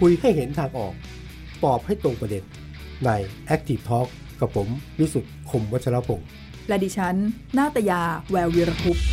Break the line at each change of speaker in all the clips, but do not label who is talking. คุยให้เห็นทางออก ตอบให้ตรงประเด็น ใน Active Talk กับผมวิสุทธ์คมวัชรพงศ์
และดิฉัน นาตยา แวววีรคุปต์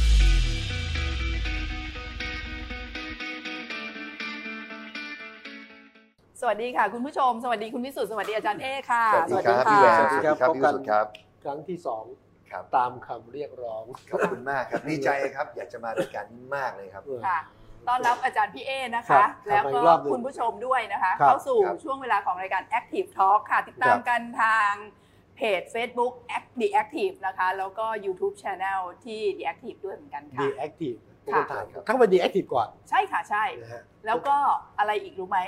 สวัสดีค่ะ คุณผู้ชม สวัสดีคุณวิสุทธ์สวัสดีอาจารย์เอ้ค่ะ
สวัสดีครับพี่แวว
สวัสดีครับ
พี่
พบกั
วิ
น
สุทธ์ครับ
ครั้งที่สอง
ครับ
ตามคำเรียกร้อง
ขอบคุณมากครับดีใจครับ อยากจะมารายการนี้มากเลยครับ
เออ
ค่ะ ต้อนรับอาจารย์พี่เอนะ
ครั
คะ
บ
แล้ว
กลับมาอี
ก็
กรอบหนึ่ง
คุณผู้ชมด้วยนะคะ
ครับ
เข้าสู่
ครับ
ช่วงเวลาของรายการ Active Talk ค่ะ ติดตาม
ครับ
กันทางเพจ Facebook Act- The Active นะคะ แล้วก็ YouTube Channel ที่ The Active ด้วยเหมือนกันค่ะ
ดีแอคทีฟเป็น
ค่ะ
คำถามครับข้างบนดีแอคทีฟก่อน
ใช่ค่ะใช่
นะฮะ
แล้วก็อะไรอีกรู้ไหม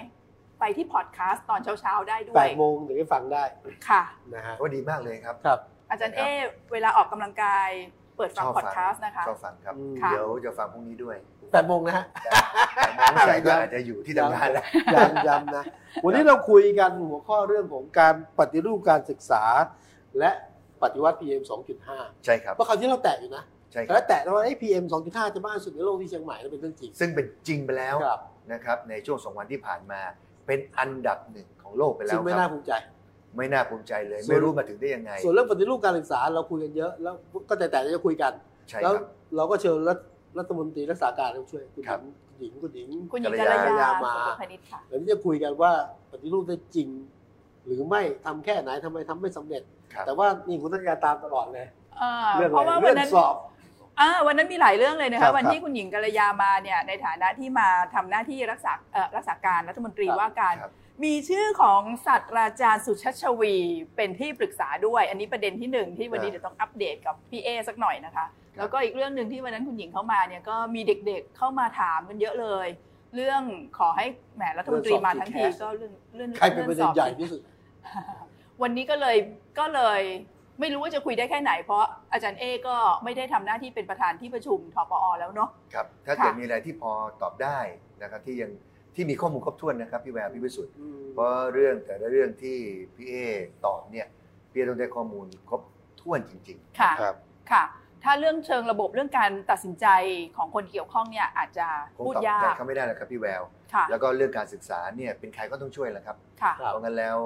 ไปที่พอดแคสต์ตอนเช้าๆ ได้ด้ว
แป
ย
ดโมงถึงได้ฟังได้
ค่ะ
นะฮะ
ว่าดีมากเลยครับ
ครับ
อาจารย์
ครั
เอบ เวลาออกกำลังกายเปิดฟังพอดแคสต์นะคะ
ชอบฟังครับ
อืม
ค่ะ
เดี๋ยวจะฟังพรุ่งนี้ด้วย
แปดโมงนะฮะ
แต่น้องใส่ก็อาจจะอยู่ที่ทำงานแล้ว
ย้ำย้ำนะ วันนี้เราคุยกันหัวข้อเรื่องของการปฏิรูปการศึกษา และปฏิวัติ PM 2.5
ใช่ครับ
เพราะคราวที่เราแตะอยู่นะ
ใช่ค
แล้
รับ
วแตะแล้วว่าไอ้ PM 2.5 จะมากที่สุดในโลกที่เชียงใหม่นั่นเป็นเรื่องจริง
ซึ่งเป็นจริงไปแล้ว
ครับ
นะครับ ในช่วงสองวันที่ผ่านมา เป็นอันดับหนึ่งของโลกไปแล้
ซึ่
ว
งไม่
ค
น่า
รับ
ภูมิใจ
ไม่น่าภูมิใจเลย
ส่วน
ไม่รู้มาถึงได้ยังไง
ส่วนเรื่องปฏิรูปการศึกษาเราคุยกันเยอะแล้วก็แต่แต่ๆจะคุยกัน
ใช่
แล้ว
ครับ
เราก็เชิญรัฐรัฐมนตรีรักษาการมาช่วยคุณ
ครับ
หญิงคุณหญิง
คุ
คุณ ณ
ห
ห
ญิ
ญิง
ง
กั
กัล
ล
ยาย
า
สุ
มา
ภพนิชค่ะ
เดี๋ยวนี้จะคุยกันว่าปฏิรูปได้จริง หรือไม่ทำแค่ไหนทำไมทำไม่สำเร็จ
ครับ
แต่ว่านี่คุณนักการตามตลอดเลย
เอ่อ
เรื่อง
เพ
อะ
ราะ
ไร
ว่าวั
เรื่
น
อง
นั้น
สอบ
อ่าวันนั้นมีหลายเรื่องเลยนะ
ครั
คะ
บ
วันที่คุณหญิงกัลยามาเนี่ยในฐานะที่มาทำหน้าที่รักษาเอ่อรักษาการรัฐมนตรี
ครับ
ว่าการ
ครับ
มีชื่อของศาสตราจารย์สุชาชวีเป็นที่ปรึกษาด้วย อันนี้ประเด็นที่หนึ่งที่วันนี้เดี๋ยวต้องอัปเดตกับพี่เอสักหน่อยนะคะ แล้วก็อีกเรื่องหนึ่งที่วันนั้นคุณหญิงเข้ามาเนี่ยก็มีเด็กๆเข้ามาถามกันเยอะเลย เรื่องขอให้แหมรัฐมนตรีมาทั้งทีก็เรื่องเรื่อง
ใครเป็นประเด็นใหญ่ที่สุด
วันนี้ก็เลยก็เลยไม่รู้ว่าจะคุยได้แค่ไหน เพราะอาจารย์เอก็ไม่ได้ทำหน้าที่เป็นประธานที่ประชุมทปอแล้วเนาะ
ครับ ถ้าเกิด
ค่ะ
มีอะไรที่พอตอบได้นะครับที่ยังที่มีข้อมูลครบถ้วนนะครับพี่แววพี่วิสุทธิ เพราะเรื่องแต่ละเรื่องที่พี่เอตอบเนี่ยพี่เอต้องได้ข้อมูลครบถ้วนจริง
ค่ะ
ครับ
ค่ะ ถ้าเรื่องเชิงระบบเรื่องการตัดสินใจของคนเกี่ยวข้องเนี่ยอาจจะ
ๆคง
พูด
ตอบ
ยา
แทน
ก
เขาไม่ได้หรอกครับพี่แวว
ค่ะ
แล้วก็เรื่องการศึกษาเนี่ยเป็นใครก็ต้องช่วยแหละครับ
ค่ะ
ครับ
เพราะงั้นแล้ว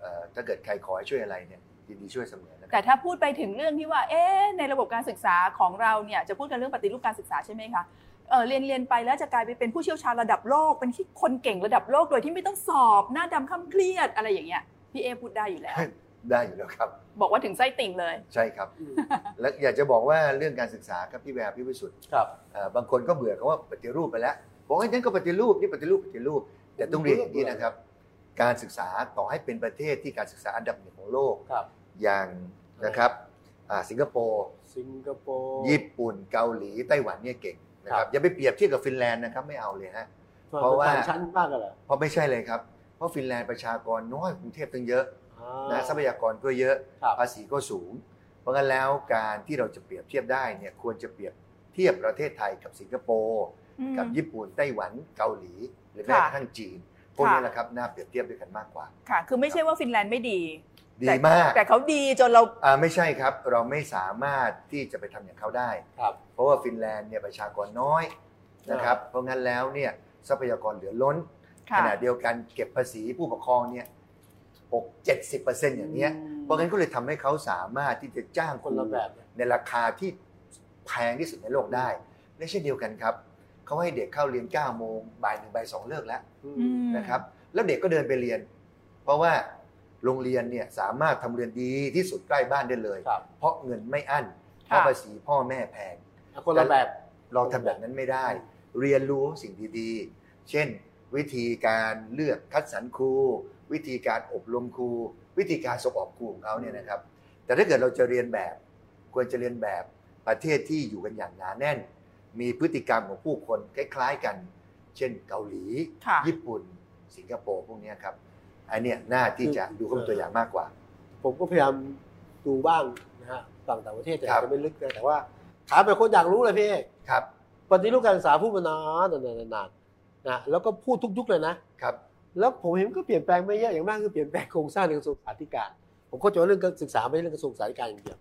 เอ่อถ้าเกิดใครขอให้ช่วยอะไรเนี่ยยินดีช่วยเสมอนะค
แต่
รับ
ถ้าพูดไปถึงเรื่องที่ว่า เอ๊ะในระบบการศึกษาของเราเนี่ยจะพูดกันเรื่องปฏิรูปการศึกษาใช่ไหมคะ เออเรียนเรียนไปแล้วจะกลายไปเป็นผู้เชี่ยวชาญระดับโลก เป็นคนเก่งระดับโลกโดยที่ไม่ต้องสอบหน้าดำข้ามเครียดอะไรอย่างเงี้ย พี่เอพูดได้อยู่แล้ว
ได้อยู่แล้วครับ
บอกว่าถึงไส้ติ่งเลย
ใช่ครับ
อืม
และอยากจะบอกว่าเรื่องการศึกษาครับพี่แววพี่วิสุทธิ์
ครับ
เอ่อบางคนก็เบื่อคำว่าปฏิรูปไปแล้วบอกว่านั้นก็ปฏิรูปนี่ปฏิรูปปฏิรูป แต่ต้องเรียนอย่างนี้นะครับ การศึกษาต่อให้เป็นประเทศที่การศึกษาอันดับหนึ่งของโลก
ครับ
อย่างนะครับอ่าสิงคโปร์
สิงคโปร์
ญี่ปุ่น เกาหลี ไต้หวันเนี่ยเก่งนะค
ครั
รับบ อย่าไปเปรียบเทียบกับฟินแลนด์นะครับไม่เอาเลยฮะ
เพ
เพ
ราะ
ราะ
ว่า
ว่า
ต่างชั้นมากกันเหรอ
เพราะไม่ใช่เลยครับ เพราะฟินแลนด์ประชากรน้อยกว่ากรุงเทพตั้งเยอะ
อ่า
นะทรัพยากรก็เยอะ
ครับ
ภาษีก็สูง เพราะงั้นแล้วการที่เราจะเปรียบเทียบได้เนี่ยควรจะเปรียบเทียบประเทศไทยกับสิงคโปร์กับญี่ปุ่นไต้หวันเกาหลี หรือแม้
ค่ะ
กระทั่งจีนพวกนี้
ค่ะ
แหละครับน่าเปรียบเทียบด้วยกันมากกว่า
ค่ะ คือไม่ใช่ว่าฟินแลนด์ไม่ดี
ดีมาก
แต่เขาดีจนเรา
อ่าไม่ใช่ครับเราไม่สามารถที่จะไปทำอย่างเขาได้
ครับ
เพราะว่าฟินแลนด์เนี่ยประชากรน้อยนะครับ เพราะงั้นแล้วเนี่ยทรัพยากรเหลือล้น ข
ค่ะ
ณะเดียวกันเก็บภาษีผู้ปกครองเนี่ยหกเจ็ดสิบเปอร์เซ็นต์อย่างเนี้ย เพราะงั้นก็เลยทำให้เขาสามารถที่จะจ้าง
คนละแบบนะ
ในราคาที่แพงที่สุดในโลกได้ และเช่นเดียวกันครับ เขาให้เด็กเข้าเรียน9ก้าโมงบ่ายหนึ่งบ่ายสองเลิกแล้ว
อื
อื
ม
ม
นะครับ แล้วเด็กก็เดินไปเรียน เพราะว่าโรงเรียนเนี่ยสามารถทำเรียนดีที่สุดใกล้บ้านได้เลย
ครับ
เพราะเงินไม่อั้นเพราะภาษีพ่อแม่แพง
คนละแบบ
เราทำแบบนั้นไม่ได้ เรียนรู้สิ่งดีๆ เช่น วิธีการเลือกคัดสรรครู วิธีการอบรมครู วิธีการส่งออกครูของเขาเนี่ยนะครับ แต่ถ้าเกิดเราจะเรียนแบบ ควรจะเรียนแบบประเทศที่อยู่กันอย่างหนาแน่น มีพฤติกรรมของผู้คนคล้ายๆกัน เช่นเกาหลี
ค่ะ
ญี่ปุ่น สิงคโปร์พวกเนี้ยครับอันเนี้ยน่าที่จะดูเข้าเป็นตัวอย่างมากกว่า
ผมก็พยายามดูบ้างนะฮะต่างต่างประเทศแต่
ครั
อา
บ
จจะไม่ลึกนะแต่ว่าถามไปคนอยากรู้เลยพี่เอก
ครับ
ปฏิรูปการศึกษาพูดมานานนานๆนานๆนะแล้วก็พูดทุกยุคเลยนะ
ครับ
แล้วผมเห็นก็เปลี่ยนแปลงไม่เยอะอย่างมากคือเปลี่ยนแปลงโครงสร้างในกระทรวงสาธารณการ ผมเข้าใจว่าเรื่องการศึกษาไม่ใช่เรื่องกระทรวงสาธารณการอย่างเดียว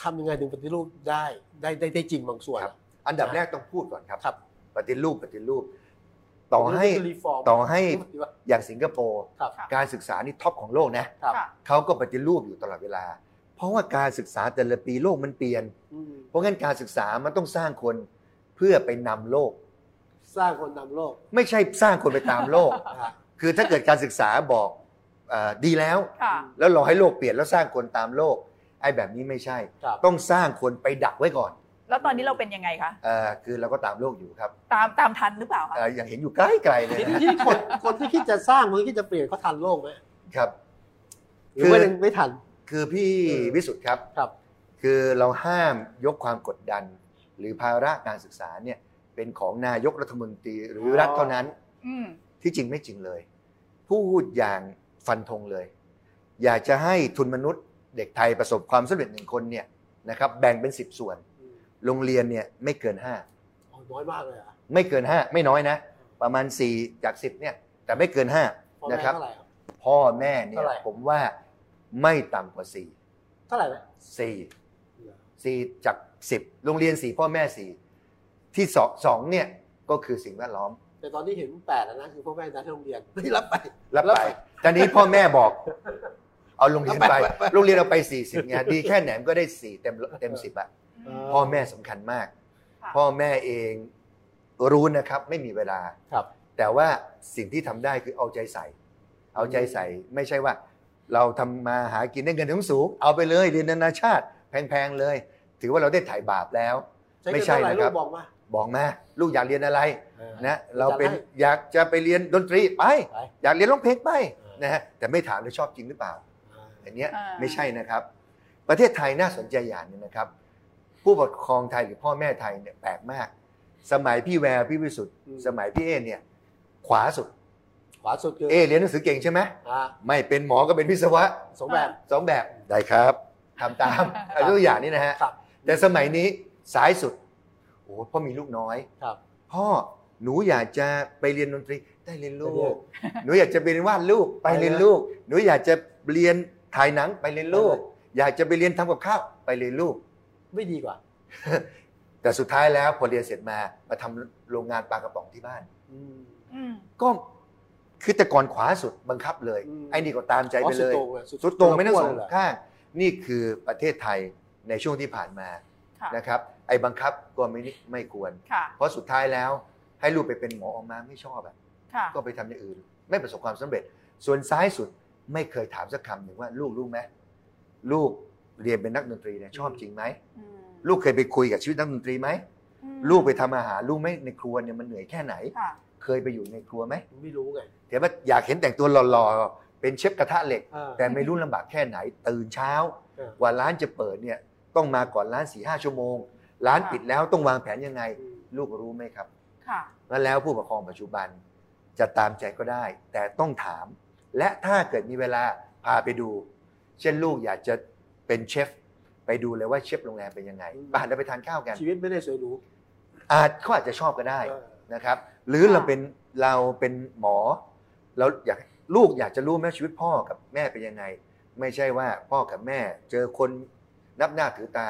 ทำยังไงถึงปฏิรูปได้ได้ได้ได้จริงบางส่วน
ครับ อันดับแรกต้องพูดก่อนครับ
ครับ
ปฏิรูปปฏิรูป ต่อให้
รีฟอร์ม
ต่อให้
ดีว่า
อย่างสิงคโปร์
ครับ
ค่ะ
การศึกษานี่ท็อปของโลกนะ
ครับ
ค่ะ
เขาก็ปฏิรูปอยู่ตลอดเวลา เพราะว่าการศึกษาแต่ละปีโลกมันเปลี่ยน
อืม
เพราะงั้นการศึกษามันต้องสร้างคนเพื่อไปนำโลก
สร้างคนนำโลก
ไม่ใช่สร้างคนไปตามโลก
นะฮะ
คือถ้าเกิดการศึกษาบอกเออดีแล้ว
ค่ะ
แล้วรอให้โลกเปลี่ยนแล้วสร้างคนตามโลกไอ้แบบนี้ไม่ใช่
ครับ
ต้องสร้างคนไปดักไว้ก่อน
แล้วตอนนี้เราเป็นยังไงคะ
เออคือเราก็ตามโลกอยู่ครับ
ตามตามทันหรือเปล่าคะ
เอ่ออย่างเห็นอยู่ใกล้ๆเลย
ทีนี้
นะ
ที่คนคนที่คิดจะสร้างคนที่คิดจะเปลี่ยนเขาทันโลกไหม
ครับ
หรือว่า
คือ
ยังไม่ทัน
คือพี่
เออ
วิสุทธ์ครับ
ครับ
คือเราห้ามยกความกดดัน หรือภาระการศึกษาเนี่ยเป็นของนายกรัฐมนตรีหรือรัฐเท่านั้น
อืม
ที่จริงไม่จริงเลย พูดอย่างฟันธงเลย อยากจะให้ทุนมนุษย์เด็กไทยประสบความสำเร็จหนึ่งคนเนี่ยนะครับแบ่งเป็น 10 ส่วน โรงเรียนเนี่ยไม่เกิน
อ๋อน้อยมากเลยเหรอ่ะ
5 ไม่เกิน 5 ไม่น้อยนะ ประมาณ 4 จาก 10เนี่ยแต่ไม่เกิน
พ่อ
5 นะ
แม่
ครับ
เท่าไหร่ครับ
พ่อแม่เนี่ย
เท่าไหร่
ผมว่าไม่ต่ำกว่า 4
เท่าไหร่นะ
4 4จาก 10 โรงเรียน 4 พ่อแม่ 4 ที่สองสองเนี่ยก็คือสิ่งแวดล้อม
แต่ตอนนี้เห็นแปดแล้วนะคือพ่อแม่นัดให้โรงเรียน ไม่รับไป
รับ
รับ
ไป
ไป
ตอนนี้พ่อแม่บอก เอาโรงเรียนไป
ไปไปไป
โรงเรียนเราไป 40ไงดีแค่ไหนมันก็ได้ 4 เต็มเต็มสิบอะ
เออ
พ่อแม่สำคัญมาก
ค่ะ
พ่อแม่เองรู้นะครับ ไม่มีเวลา
ครับ
แต่ว่าสิ่งที่ทำได้คือเอาใจใส่ เอาใจใส่ไม่ใช่ว่า เราทำมาหากินได้เงินสูงๆเอาไปเลยเรียนนานาชาติ แพงๆเลย ถือว่าเราได้ถ่ายบาปแล้ว ไม่ใช่
เงินเท่าไหร่
นะครับ
ลูกบอกมา
บอกมาลูกอยากเรียนอะไร
นะ
นะเราเป็น
จะได้
อยากจะไปเรียนดนตรีไป
ไป
อยากเรียนร้องเพลงไป
เออ
นะฮะแต่ไม่ถามเลยชอบจริงหรือเปล่า อันเนี้ย
อ่า
ไม่ใช่นะครับ ประเทศไทยน่าสนใจอย่างหนึงนะครับ ผู้ปกครองไทยหรือพ่อแม่ไทยเนี่ยแปลกมาก สมัยพี่แววพี่วิสุทธ์
อืม
สมัยพี่เอเนี่ยขวาสุด
ขวาสุดคือ
เอเรียนหนังสือเก่งใช่ไหม
อ่า
ไม่เป็นหมอก็เป็นวิศวะ
สองแบบ
สองแบบได้ครับทำตาม
ครับ
ยกตัวอย่างนี้นะฮะ
ครับ
แต่สมัยนี้สายสุดโอ้โหพ่อมีลูกน้อย
ครับ
พ่อหนูอยากจะไปเรียนดนตรีได้เรียนลู
ไปเรีย
ก
น
หนูอยากจะไปเรียนวาดลูกไป
ไปเรี
เรีย
ยน
นลูกหนูอยากจะเรียนถ่ายหนังไปเรียนลูก
ไปเล
อยากจะไปเรียนทำกับข้าวไปเรียนลูก
ไม่ดีกว่า
แต่สุดท้ายแล้วพอเรียนเสร็จมามาทำโรงงานปลากระป๋องที่บ้าน
อืม
อืม
ก็คือแต่ก่อนขวาสุดบังคับเลย
อืม
ไอ้นี่ก็ตามใจไปเลย
อ๋อ
สุดโต่งไม่ทั้งสอง
เลยเหร
ข้าง นี่คือประเทศไทยในช่วงที่ผ่านมา
ค่ะ
นะครับ ไอ้บังคับก็ไม่นิไม่ควร
ค่ะ
เพราะสุดท้ายแล้วให้ลูกไปเป็นหมอออกมาไม่ชอบอะ
ค่ะ
ก็ไปทำอย่างอื่น ไม่ประสบความสำเร็จ ส่วนซ้ายสุดไม่เคยถามสักคำหนึ่งว่าลูกรู้ไหมลูกเรียนเป็นนักดนตรีเนี่ยชอบจริงไหม
อืม
ลูกเคยไปคุยกับชีวิตนักดนตรีไหม
อืม
ลูกไปทำอาหารลูกไหมในครัวเนี่ยมันเหนื่อยแค่ไหน
ค่ะ
เคยไปอยู่ในครัวไหม
ไม่รู้ไง
แต่ว่าอยากเห็นแต่งตัวหล่อๆเป็นเชฟกระทะเหล็ก
เออ
แต่ไม่รู้ลำบากแค่ไหน ตื่นเช้า
เออก
ว่าร้านจะเปิดเนี่ยต้องมาก่อนร้านสี่ห้าชั่วโมง ร้านปิดแล้วต้องวางแผนยังไง
อืม
ลูกรู้ไหมครับ
ค่ะ
แล้วผู้ปกครองปัจจุบันจะตามใจก็ได้ แต่ต้องถาม และถ้าเกิดมีเวลาพาไปดู เช่นลูกอยากจะเป็นเชฟ ไปดูเลยว่าเชฟโรงแรมเป็นยังไงบ้านเราไปทานข้าวกัน
ชีวิตไม่ได้สวยหรู
อาจเขาอาจจะชอบก็ได้
เออ
นะครับ หรือเราเป็นเราเป็นหมอแล้วอยากลูกอยากจะรู้ไหมชีวิตพ่อกับแม่เป็นยังไง ไม่ใช่ว่าพ่อกับแม่ เจอคนนับหน้าถือตา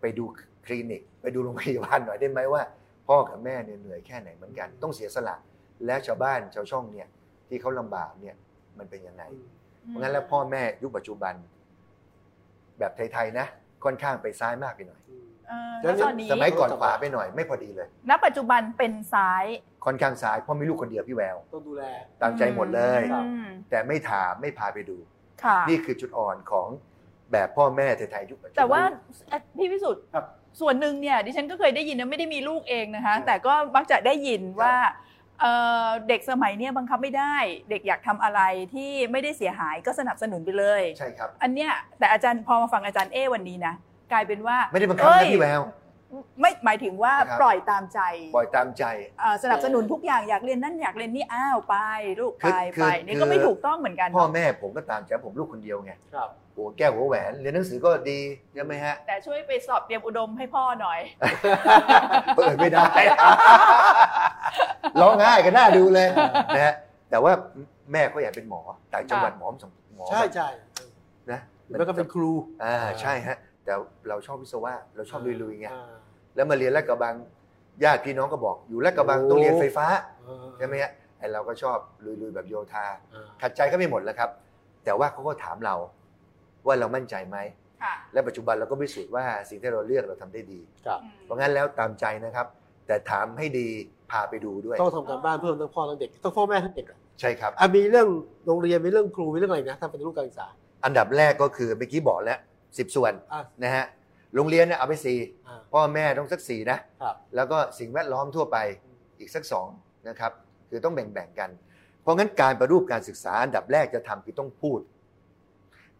ไปดูคลินิก ไปดูโรงพยาบาลหน่อยได้ไหมว่า พ่อกับแม่เนี่ยเหนื่อยแค่ไหนเหมือนกัน ต้องเสียสละ และชาวบ้านชาวช่องเนี่ยที่เขาลำบากเนี่ยมันเป็นยังไง
อืม
เพราะงั้นแล้วพ่อแม่ยุคปัจจุบัน แบบไทยๆนะ ค่อนข้างไปซ้ายมากไปหน่อย
อืม
เออแล้วตอนนี้
สมัยก่อนขวาไปหน่อย ไม่พอดีเลย
ณปัจจุบันเป็นซ้าย
ค่อนข้างซ้ายเพ่อมีลูกคนเดียวพี่แวว
ต้องดูแล
ตามใจหมดเลย
ครับ
อืม
แต่ไม่ถามไม่พาไปดู
ค่ะ
นี่คือจุดอ่อนของแบบพ่อแม่ไทยๆยุคปัจจุบัน
แต่ว่าเอ่อพี่พิสุทธิ์
ครับ
ส่วนหนึ่งเนี่ยดิฉันก็เคยได้ยินนะไม่ได้มีลูกเองนะคะ
ครับ
แต่ก็มักจะได้ยินว่าเอ่อเด็กสมัยเนี่ยบังคับไม่ได้ เด็กอยากทำอะไรที่ไม่ได้เสียหายก็สนับสนุนไปเลย
ใช่ครับ
อันเนี้ยแต่อาจารย์พอมาฟังอาจารย์เอวันนี้นะ กลายเป็นว่า
ไม่ได้บังคับ
เอ้ย
นะพี่แวว
ไม่หมายถึงว่า
ครับ
ปล่อยตามใจ
ปล่อยตามใจ
เอ่อสนับสนุนทุกอย่างอยากเรียนนั่นอยากเรียนนี่อ้าวไปลูกไป
คือ
ไป
คือ
นี่ก็ไม่ถูกต้องเหมือนกัน
พ่อ
เนาะ
แม่ผมก็ตามใจผมลูกคนเดียวไง
ครับ
หัวแก้วหัวแหวนเรียนหนังสือก็ดีใช่ไหมฮะ
แต่ช่วยไปสอบเตรียมอุดมให้พ่อหน่อย
เปิดไม่ได้ ร้องไห้กันหน้าดูเลยนะฮะแต่ว่าแม่ก็อยากเป็นหมอต่างจังหวัดหมอมสมหมอ
ใช่ใช่
นะ
แล้วก็เป็นครู
อ่าใช่ฮะแต่เราชอบวิศวะเราชอบลุยๆไง
อ่า
แล้วมาเรียนแล้วกระบัง ญาติพี่น้องก็บอกอยู่และกระบังต้องเรียนไฟฟ้าใช่
ใช่
ไห
ไห
ม
ม
ฮะไอเราก็ชอบลุยๆแบบโยธา ขัดใจก็ไม่หมดแล้วครับ แต่ว่าเขาก็ถามเราว่าเรามั่นใจไหม
ค่ะ
และปัจจุบันเราก็พิสูจน์ว่าสิ่งที่เราเลือกเราทำได้ดี
อืม
เพราะงั้นแล้วตามใจนะครับ แต่ถามให้ดีพาไปดูด้วย
ต้องทำการบ้านเพิ่มทั้งพ่อทั้งเด็กทั้งพ่อแม่ทั้งเด็กอะ
ใช่ครับ
อ่ะมีเรื่องโรงเรียนมีเรื่องครูมีเรื่องอะไรนะทำเป็นรูปการศึกษา
อันดับแรกก็คือเมื่อกี้บอกแล้วสิบส่วน
อ่ะ
นะฮะโรงเรียนเนี่ยเอาไปสี่
อ่ะ
พ่อแม่ต้องสักสี่นะ
ครับ
แล้วก็สิ่งแวดล้อมทั่วไปอีกสักสองนะครับ คือต้องแบ่งๆกัน เพราะงั้นการประรูปการศึกษาอันดับแรกจะทำคือต้องพูด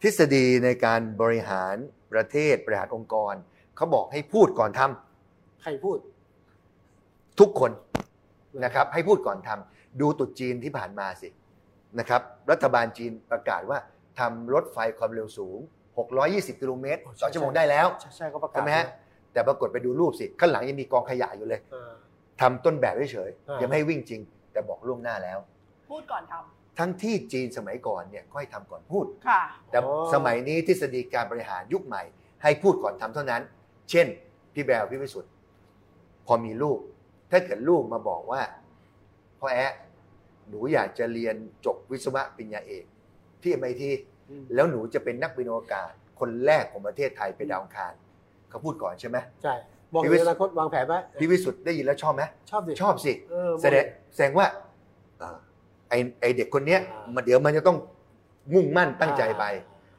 ทฤษฎีในการบริหารประเทศบริหารองค์กรเขาบอกให้พูดก่อนทำ
ใครพูด
ทุกคนนะครับให้พูดก่อนทำดูตรุดจีนที่ผ่านมาสินะครับ รัฐบาลจีนประกาศว่าทำรถไฟความเร็วสูง 620 กิโลเมตรต่อชั่วโมงได้แล้ว
ใช่ใช่เขาประกาศ
ใช่ไหมฮะแต่ปรากฏไปดูรูปสิข้างหลังยังมีกองขยะอยู่เลย
อ่า
ทำต้นแบบเฉย
อ่ายั
ๆยังไม่ให้วิ่งจริง แต่บอกล่วงหน้าแล้ว
พูดก่อนทำ
ทั้งที่จีนสมัยก่อนเนี่ยก็ให้ทำก่อนพูด
ค่ะ
แต่
อ๋อ
สมัยนี้ทฤษฎีการบริหารยุคใหม่ ให้พูดก่อนทำเท่านั้น เช่น พี่แบลพี่วิสุทธ์พอมีลูก ถ้าเกิดลูกมาบอกว่าพ่อแอะหนูอยากจะเรียนจบวิศวะปริญญาเอกที่ MIT
อืม
แล้วหนูจะเป็นนักบินอวกาศ คนแรกของประเทศไทยไปดาวอังคารเขาพูดก่อนใช่ไหม
ใช่บอก
พี่
ถึ
วิ
ง
ศ
อนาคตวางแผนไหม
พี่วิสุทธ์ได้ยินแล้วชอบไหม
ชอบสิ
ชอบสิ
เออ
แสดงแสดงว่าเอ่อไอไอเด็กคนเนี้ย
อ่ามั
มันเดี๋ยวมันจะต้องมุ่งมั่นตั้งใจไป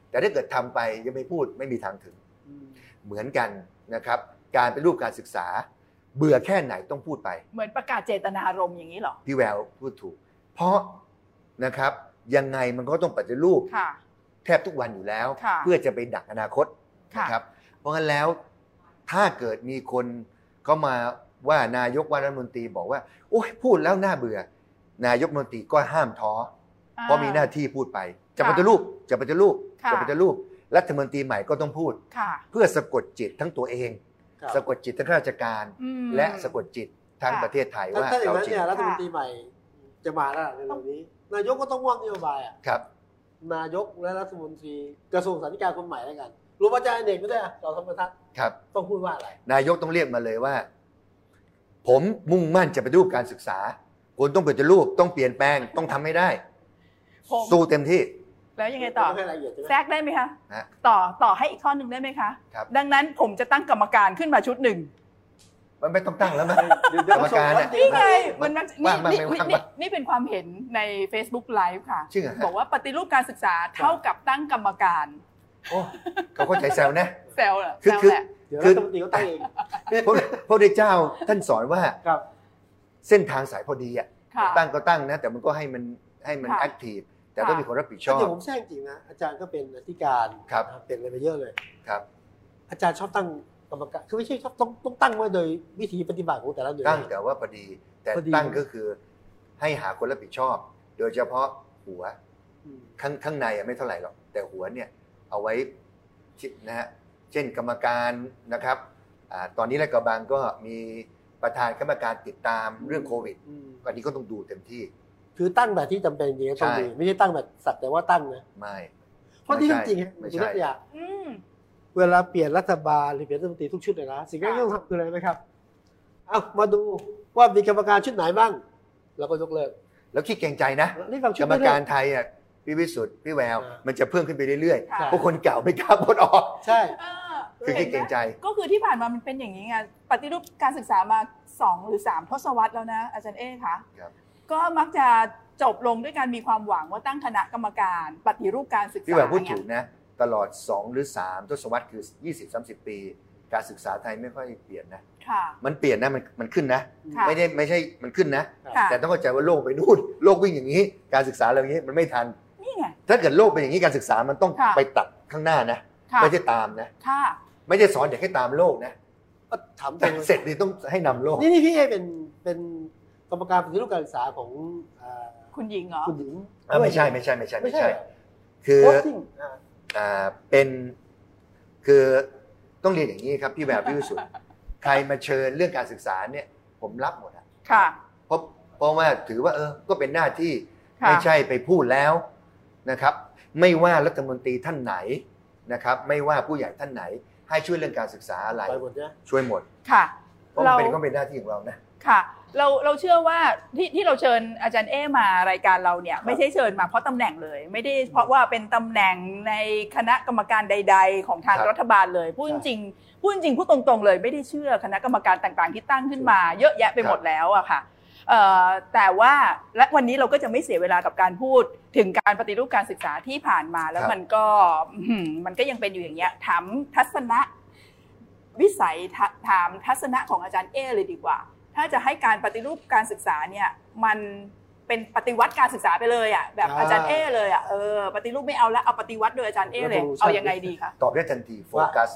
แต่ถ้าเกิดทำไปยังไม่พูดไม่มีทางถึง
อืม
เหมือนกันนะครับ การเป็นรูปการศึกษา เบื่อแค่ไหนต้องพูดไป
เหมือนประกาศเจตนารมณ์อย่างนี้เหรอ
พี่แววพูดถูก เพราะนะครับยังไงมันก็ต้องปฏิรูป
ค่ะ
แทบทุกวันอยู่แล้ว
ค่ะ
เพื่อจะไปดักอนาคต
ค่ะ
นะครับ เพราะงั้นแล้วถ้าเกิดมีคนเขามาว่านายกว่ารัฐมนตรีบอกว่า โอ้ยพูดแล้วน่าเบื่อ นายกรัฐมนตรีก็ห้ามท้อ เพราะมีหน้าที่พูดไป จะ
ค่ะ
ปฏิรูปจะปฏิรูป
ค่ะ
จะปฏิรูปรัฐมนตรีใหม่ก็ต้องพูด
ค่ะ
เพื่อสะกดจิตทั้งตัวเอง
ครับ
สะกดจิตทั้งข้าราชการ
อืม
และสะกดจิตทั้ง
ค่ะ
ประเทศไทย
ถ้า
ว่า
ถ้าอย่า
เรา
งนั้น
จริง
เนี่ยรัฐมนตรีใหม่จะมาแล้วล่ะในเร็วๆนี้ นายกก็ต้องว่างนโยบายอ่ะ
ครับ
นายกและรัฐมนตรีกระทรวงสาธารณสุขคนใหม่แล้วกันรวมอาจารย์อเนกไม่ได้วยอะเราทำประทัด
ครับ
ต้องพูดว่าอะไร
นายกต้องเรียกมาเลยว่า ผมมุ่งมั่นจะปฏิรูปการศึกษาคุณต้องปฏิรูปต้องเปลี่ยนแปลงต้องทำให้ได้
ผม
สู้เต็มที่
แล้วยังไงต่อ
ให้รายละเอียดใช่ไหม
แทรกได้ไหมคะ
ฮะ
ต่อต่อให้อีกข้อหนึ่งได้ไหมคะ
ครับ
ดังนั้นผมจะตั้งกรรมการขึ้นมาชุดหนึ่ง
มันไม่ต้องตั้งแล้วมั้ย
เดี๋ยวเดี๋ยว
กรรมการอะ
ส่
นี่ไง
มั
มัน
น
นัก
ว่างบ้าง
นี่
ไม่
นี่
ว่าง
นี่
บ้าง
นี่เป็นความเห็นใน Facebook Live ค่ะ
จริงเหรอฮะ
บอกว่าปฏิรูปการศึกษาเท่ากับตั้งกรรมการ
โอ้เขาเข้าใจแซวนะ
แซวเหรอ
คือ
แซว
คือ
แหละ
เดี๋ยว
คื
รั
อ
ฐมนตรีก็ตั้งเอง
พระพระพุทธเจ้าท่านสอนว่า
ครับ
เส้นทางสายพอดีอะ
ค่ะ
ตั้งก็ตั้งนะ แต่มันก็ให้มันให้มัน
ค่ะ
แอคทีฟแต่ต้อง
ค่ะ
มีคนรับผิดช
อา
อบ
จารย์ผมแซงจริงนะอาจารย์ก็เป็นอธิการ
ครับ
เป็นอะไรไปเยอะเลย
ครับ
อาจารย์ชอบตั้งกรรมการคือไม่ใช่ชอบต้องต้องตั้งไว้โดยวิธีปฏิบัติของแต่ละหน่วย
ตั้ง
งาน
แต่ว่าพอดี แต่
พอดี
ตั้งก็คือให้หาคนรับผิดชอบ โดยเฉพาะหัว
อืม
ข้างข้างในอะไม่เท่าไหร่หรอก แต่หัวเนี่ยเอาไว้ชิดนะฮะเช่นกรรมการนะครับอาตอนนี้และกระบังก็มีประธานคณะกรรมการติดตามเรื่องโควิด
อืม
อันนี้ก็ต้องดูเต็มที่
คือตั้งแบบที่จำเป็นอย่างนี้ยต้องมี
ใช่
ไม่ใช่ตั้งแบบสัตว์แต่ว่าตั้งนะ
ไม่
เพราะที่
ไม่ใช่
จริงๆฮะ
ไม่
มัน
ใช่
เป็นเรื่องยาก
อืม
เวลาเปลี่ยนรัฐบาลหรือเปลี่ยนรัฐมนตรีทุกชุดเลยนะสิ่งแรกที่ต้องทำคืออะไรไหมครับเอามาดูว่ามีกรรมการชุดไหนบ้าง แล้วก็ยกเลิก
แล้วขี้เกรงใจนะ
นี่ฟังชุด
กรรม
ไได้
การไทยอ่ะพี่วิสุทธ์พี่แวว
อ่ามั
มันจะเพิ่มขึ้นไปเรื่อย
ค่ะ
ๆ พวกคนเก่าไม่กล้าพดออก
ใช่
เอ
คือ
ห็
ขี้
นไหม
เกรงใจ
ก็คือที่ผ่านมามันเป็นอย่างนี้ไงปฏิรูปการศึกษามา 2 หรือ 3 ทศวรรษแล้วนะ อาจารย์เอ๊คะ
ครับ
ก็มักจะจบลงด้วยการมีความหวังว่าตั้งคณะกรรมการปฏิรูปการศึกษา
พี่แววพูดถู
เนี่ย
กนะ ตลอด 2 หรือ 3 ทศวรรษคือ 20-30 ปี การศึกษาไทยไม่ค่อยเปลี่ยนนะ
ค่ะ
มันเปลี่ยนนะ มันมันขึ้นนะ
ค่ะ
ไม่ได้ไม่ใช่มันขึ้นนะ
ค่ะ
แต่ต้องเข้าใจว่าโลกไปนู่ น โลกวิ่งอย่างนี้ การศึกษาเราอย่างนี้มันไม่ทัน
นี่ไง
ถ้าเกิดโลกเป็นอย่างนี้การศึกษามันต้อง
ค่ะ
ไปตัดข้างหน้านะ
ค่ะ
ไม่ใช่ตามนะ
ค่ะ
ไม่ใช่สอนเด็กให้ตามโลกนะ
ก็ถามต
แต่
งลย
เสร็จนี่ต้องให้นำโลก
นี่นี่พี่เอเป็นเป็นกรรมการปฏิรูปการศึกษาของเอ่อ
คุณหญิงเหรอ
คุณหญิง
อ่ะไม่ใช่ไม่ใช่ไม่ใช่
ไม่
ไม่
ใช่
ใช่ คือ
โพสติ้ง
อ่าเป็นคือต้องเรียนอย่างนี้ครับ พี่แววพี่วิสุทธิ์ ใครมาเชิญเรื่องการศึกษาเนี่ยผมรับหมดอะ
ค่ะ
เพราะเพราะว่าถือว่าเออก็เป็นหน้าที่
ค่ะ
ไม่ใช่ไปพูดแล้วนะครับ ไม่ว่ารัฐมนตรีท่านไหนนะครับ ไม่ว่าผู้ใหญ่ท่านไหน ให้ช่วยเรื่องการศึกษาอะไร
ไปหมดเนี่ย
ช่วยหมด
ค่ะ
เพราะมัน
เรา
เป็นก็เป็นหน้าที่ของเรานะ
ค่ะเราเราเชื่อว่าที่ที่เราเชิญอาจารย์เอมารายการเราเนี่ยไม่ใช่เชิญมาเพราะตำแหน่งเลย ไม่ได้เพราะว่าเป็นตำแหน่งในคณะกรรมการใด ๆ ของทาง
ครับ
รัฐบาลเลยพูดจริงๆพูดจริงพูดตรงๆเลย ไม่ได้เชื่อคณะกรรมการต่างๆ ที่ตั้งขึ้นมา เยอะแยะไปหมดแล้วอะค่ะเอ่อแต่ว่าและวันนี้เราก็จะไม่เสียเวลากับการพูดถึงการปฏิรูปการศึกษาที่ผ่านมาแล้วมันก็อื้อหือมันก็ยังเป็นอยู่อย่างเงี้ยถามทัศนะ วิสัยทัศน์ถามทัศนะของอาจารย์เอเลยดีกว่า ถ้าจะให้การปฏิรูปการศึกษาเนี่ยมันเป็นปฏิวัติการศึกษาไปเลยอ่ะแบบ
อ่า
อาจารย์เอเลยอ่ะเออปฏิรูปไม่เอาละเอาปฏิวัติโดยอาจารย์เอเลย
Revolution
เอายังไงดีคะ
ตอบได้ทันทีโฟกัส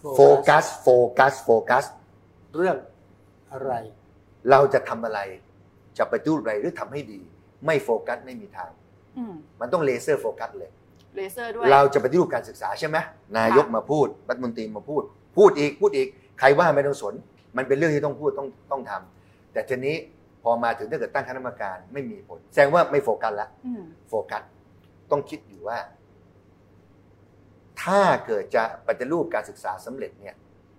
โฟ
โฟกัส
กัส โฟกัส โฟกัส
เรื่องอะไร
เราจะทำอะไร จะไปดูอะไรหรือทำให้ดี ไม่โฟกัสไม่มีทาง
อืม
มันต้องเลเซอร์โฟกัสเลย
เลเซอร์ด้วย
เราจะปฏิรูปการศึกษาใช่ไหมนายกมาพูดรัฐมนตรีมาพูด พูดอีกพูดอีก ใครว่าไม่ต้องสน มันเป็นเรื่องที่ต้องพูดต้องต้องทำแต่ทีนี้พอมาถึงถ้าเกิดตั้งคณะกรรมการไม่มีผล แสดงว่าไม่โฟกัสละ
อืม
โฟกัส ต้องคิดอยู่ว่า ถ้าเกิดจะปฏิรูปการศึกษาสำเร็จเนี่ย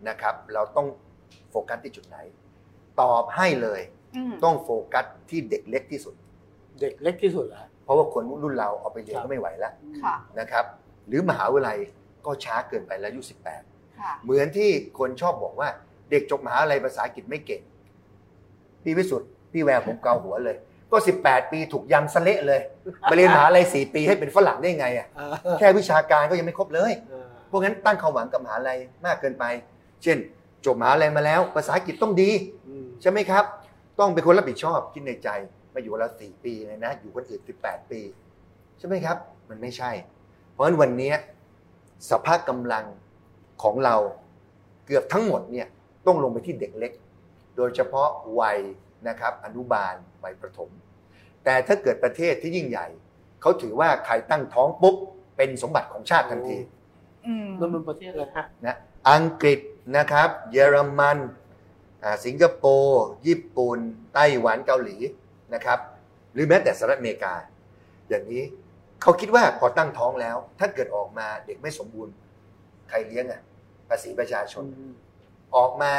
นะครับ เราต้องโฟกัสที่จุดไหน ตอบให้เลย
อืม
ต้องโฟกัสที่เด็กเล็กที่สุด
เด็กเล็กที่สุดละ
เพราะว่าคนรุ่นเราเอาไปเรียน
ครั
ก็
บ
ไม่ไหวแล้ว
ค่ะ
นะครับ หรือมหาวิทยาลัยก็ช้าเกินไปแล้วอายุ18
ค่ะ
เหมือนที่คนชอบบอกว่า เด็กจบมหาลัยภาษาอังกฤษไม่เก่ง พี่วิสุทธ์พี่แววผมเกาหัวเลย ก็ 18 ปีถูกยำสะเละเลยมาเรียนมหาลัย4ปีให้เป็นฝรั่งได้ไงอ่ะ
อ่า
แค่วิชาการก็ยังไม่ครบเลย
อ่า
เพราะงั้นตั้งความหวังกับมหาลัยมากเกินไป เช่น จบมหาลัยมาแล้ว ภาษาอังกฤษต้องดี
อืม
ใช่ไหมครับ ต้องเป็นคนรับผิดชอบคิดในใจมาอยู่กับเราสี่ปีเลยนะ อยู่คนอื่นสิบแปดปี ใช่ไหมครับ มันไม่ใช่ เพราะฉะนั้นวันนี้สภาพกำลังของเราเกือบทั้งหมดเนี่ยต้องลงไปที่เด็กเล็ก โดยเฉพาะวัยนะครับ อนุบาลวัยประถม แต่ถ้าเกิดประเทศที่ยิ่งใหญ่ เขาถือว่าใครตั้งท้องปุ๊บเป็นสมบัติของชาติทันที
อืม
นั่นมันประเทศอะไรฮะ
นะอังกฤษนะครับ เยอรมันอ่าสิงคโปร์ญี่ปุ่นไต้หวันเกาหลีนะครับ หรือแม้แต่สหรัฐอเมริกา อย่างนี้เขาคิดว่าพอตั้งท้องแล้ว ถ้าเกิดออกมาเด็กไม่สมบูรณ์ ใครเลี้ยงอ่ะภาษีประชาชน ออกมา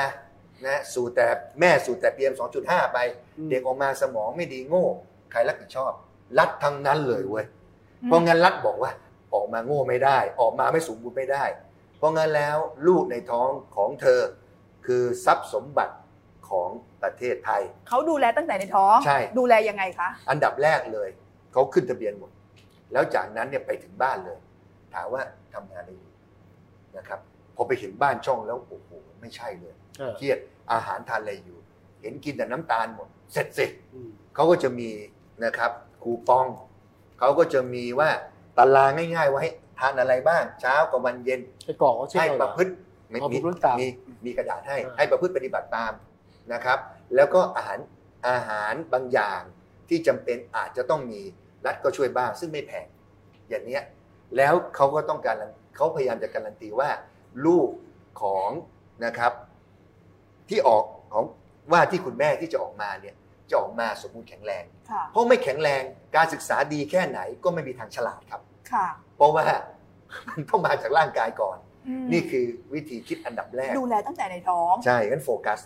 นะสู่แต่แม่สู่แต่เพียม2.5 ไป
อืม
เด็กออกมาสมองไม่ดีโง่ ใครรับผิดชอบ รัฐทั้งนั้นเลยเว้ย เพราะงั้นรัฐบอกว่าออกมาโง่ไม่ได้ ออกมาไม่สมบูรณ์ไม่ได้ เพราะงั้นแล้วลูกในท้องของเธอ คือทรัพย์สมบัติของประเทศไทย
เขาดูแลตั้งแต่ในท้อง
ใช่
ดูแลยังไงคะ
อันดับแรกเลย เขาขึ้นทะเบียนหมด แล้วจากนั้นเนี่ยไปถึงบ้านเลย ถามว่าทำงานอะไรอยู่นะครับพอไปเห็นบ้านช่องแล้วโอ้โหไม่ใช่เลย
เออ
เครียดอาหารทานอะไรอยู่ เห็นกินแต่น้ำตาลหมด เสร็จสิ
อืม
เขาก็จะมีนะครับคูปอง เขาก็จะมีว่าตารางง่ายๆไว้ทานอะไรบ้าง เช้ากับวันเย็น
ไปก่อเขาเชื่อ
ให้
เราเห
ป
ร
ระ
อ
พฤติมี
อ๋อประพฤติตาม
มีมีกระดาษให้
อ่า
ให้ประพฤติปฏิบัติตามนะครับ แล้วก็อาหารอาหารบางอย่างที่จำเป็นอาจจะต้องมีรัฐก็ช่วยบ้าง ซึ่งไม่แพงอย่างเนี้ยแล้วเขาก็ต้องการเขาพยายามจะการันตีว่าลูกของนะครับ ที่ออกของว่าที่คุณแม่ที่จะออกมาเนี่ยจะออกมาสมบูรณ์แข็งแรง
ค่ะ
เพราะไม่แข็งแรงการศึกษาดีแค่ไหนก็ไม่มีทางฉลาดครับ
ค่ะ
เพราะว่า มันต้องมาจากร่างกายก่อน
อืม
นี่คือวิธีคิดอันดับแรก
ดูแลตั้งแต่ในท้อง
ใช่งั้นโฟกัส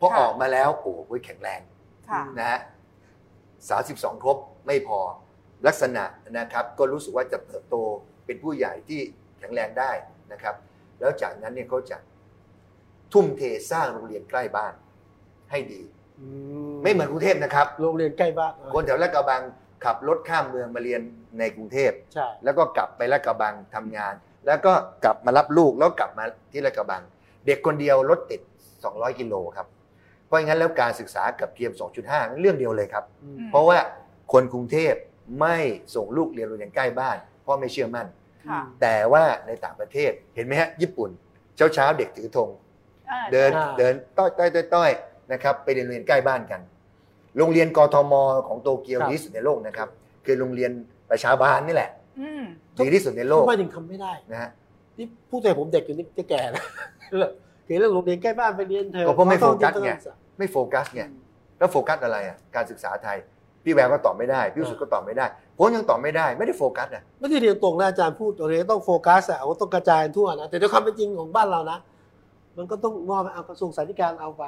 พอ
ค่ะ
ออกมาแล้วโอ้โหแข็งแรง
ค่ะ
นะฮะสาสิบสองครบไม่พอลักษณะนะครับ ก็รู้สึกว่าจะเติบโตเป็นผู้ใหญ่ที่แข็งแรงได้นะครับ แล้วจากนั้นเนี่ยเขาจะทุ่มเทสร้างโรงเรียนใกล้บ้านให้ดี
อื
ไม่เหมือนกรุงเทพนะครับ
โรงเรียนใกล้บ้านอ่ะ
คนแถวลาดกระบังขับรถข้ามเมืองมาเรียนในกรุงเทพ
ใช่
แล้วก็กลับไปลาดกระบังทำงาน แล้วก็กลับมารับลูกแล้วกลับมาที่ลาดกระบัง เด็กคนเดียวรถติด 200 กิโลครับเพราะงั้นแล้วการศึกษากับเพียม 2.5 เรื่องเดียวเลยครับ
อืม
อืม
เพราะว่าคนกรุงเทพไม่ส่งลูกเรียนโรงเรียนใกล้บ้านเพ่อไม่เชื่อมั่น
ค่ะ
แต่ว่าในต่างประเทศเห็นไหมฮะญี่ปุ่น เช้าเช้าๆเด็กถือธง
อ่า
เดินเดินต้อยต้อยต้อยต้อยนะครับไปเรียนโรงเรียนใกล้บ้านกัน โรงเรียนกทมของโตเกียวดีที่สุดในโลกนะครับคือโรงเรียนประชาบาลนี่แหละ
อืม
ดีที่สุดในโลก
ทำไมถึงทำไม่ได้
นะฮะ
นี่พูดแต่ผมเด็กอยู่นี่จะ แก่แล้วเกี่ยวเรื่องโรงเรียนใกล้บ้านไปเรียนเธอะ
ก็เพราะไม่โฟกัส
ต้อง
ไง
ต้อง
ไม่โฟกัสไงแล้วโฟกัสอะไรอ่ะการศึกษาไทย พี่แววก็ตอบไม่ได้ พี่วิสุทธ์ก็ตอบไม่ได้ผมยังตอบไม่ได้ไม่ได้โฟกัสอ่ะ
ไม่ได้เรียนตรงนะอาจารย์พูดเราเรียนต้องโฟกัสอะเอาต้องกระจายทั่วนะแต่ด้วยความเป็นจริงของบ้านเรานะ มันก็ต้องมอบให้เอากระทรวงสาธารณสุขเอาไป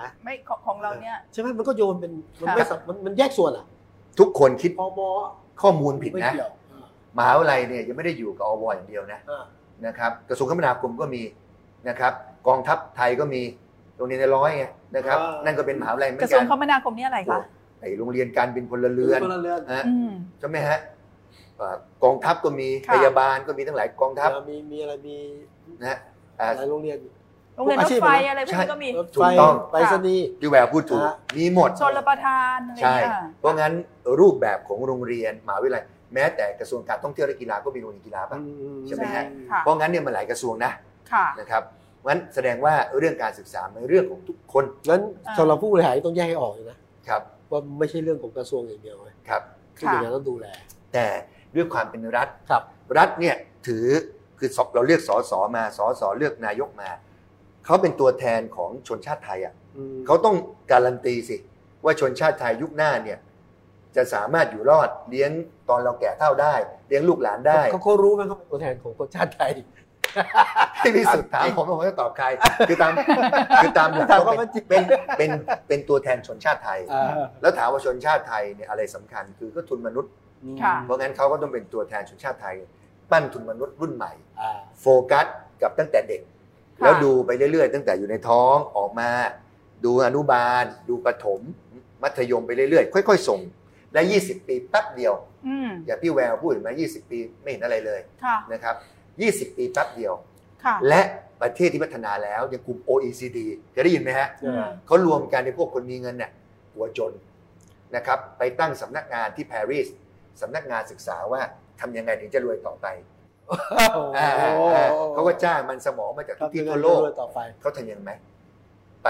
นะ
ไม่ของของเราเนี่ย
ใช่ไหมมันก็โยนเป็นมัน
ค่ะ
ไม่สับมันมันแยกส่วนอ่ะ
ทุกคนคิด
พม
ข้อมูลผิด
ไม่
นะ
เกี่ยว
มหาวิทยาลัยเนี่ยยังไม่ได้อยู่กับอวอย่างเดียวนะ
อ่า
นะครับกระทรวงคมนาคมก็มีนะครับกองทัพไทยก็มีโรงเรียนในร้อยไงนะครับนั่นก็เป็นมหาวิทยาลัยเหมือน
กระทร
กั
วง
น
คมนาคมเนี่ยอะไรคะ
ไอโรงเรียนการบินพลเรือน
พลเรือน
ฮะ
อืม
ใช่ไหมฮะเอ่อกองทัพก็มี
ค่ะ
พยาบาลก็มีทั้งหลายกองทัพ
เออมีมีอะไรมี
นะฮะ
ห
อ่า
ลายโรงเรียน
โรงเรียนรถไฟอะไรพวก
ใช่
นี้ก็มี
รถ
ถูก
ไฟ
ต้อง
ไปรษณีย์
ดิวแววพูดถูก
ฮะ
มีหมด
ชนรประทานอะไร
ใช่
เงี้ย
เพราะงั้นรูปแบบของโรงเรียนมหาวิทยาลัยแม้แต่กระทรวงการท่องเที่ยวและกีฬาก็มีโรงเรียนกีฬาป่ะ ใช่ไหมฮะ
ค่ะ
เพราะงั้นเนี่ยมันหลายกระทรวงนะ
ค่ะ
นะครับงั้นแสดงว่าเรื่องการศึกษาเป็นเรื่องของทุกคน
งั้น
อ่า
สำหรับผู้บริหารต้องแยกให้ออกเลยนะครับ ว่าไม่ใช่เรื่องของกระทรวงอย่างเดียวเลย
ครับ
ที่หน่วยงานต้องดูแล
แต่ด้วยความเป็นรัฐ
ครับ
ฐเนี่ยถือคือสเราเลือกสสมาสสเลือกนายกมาเขาเป็นตัวแทนของชนชาติไทยอ่ะ เขาต้องการันตีสิ ว่าชนชาติไทยยุคหน้าเนี่ย จะสามารถอยู่รอดเลี้ยงตอนเราแก่เท่าได้ เลี้ยงลูกหลานได้
เขาเขารู้ไหมเขาเป็นตัวแทนของคนชาติไทย
ที่พิสุดถามผมว่าผมจะตอบใคร คือ ตามคือตามหลักก็เป็นเป็นเป็นเป็นตัวแทนชนชาติไทย
อ่า
แล้วถามว่าชนชาติไทยเนี่ยอะไรสำคัญคือก็ทุนมนุษย์
ค่ะ
เพราะงั้นเขาก็ต้องเป็นตัวแทนชนชาติไทย ปั้นทุนมนุษย์รุ่นใหม่
อ่า
โฟกัสกับตั้งแต่เด็ก
ค่ะ
แล้วดูไปเรื่อยๆ ตั้งแต่อยู่ในท้องออกมา ดูอนุบาล ดูประถม มัธยมไปเรื่อยๆ ค่อย ๆ ส่ง และ 20 ปีแป๊บเดียว
อืม
อย่าพี่แววพูดถึงมา20 ปีไม่เห็นอะไรเลย
ค่ะ
นะครับ 20 ปีแป๊บเดียว
ค่ะ
และประเทศที่พัฒนาแล้วอย่างกลุ่ม OECD เคยได้ยินไหมฮะ
อืม
เขารวมกันในพวกคนมีเงินเนี่ยหัวจนนะครับไปตั้งสำนักงานที่ปารีสสำนักงานศึกษาว่าทำยังไงถึงจะรวยต่อไป อ่า
โอ้โห
อ่าเขาก็จ้างมันสมองมาจากทุกที่ทั่วโลก
ทำยังไงต่อไป
เขาทำยังไงไป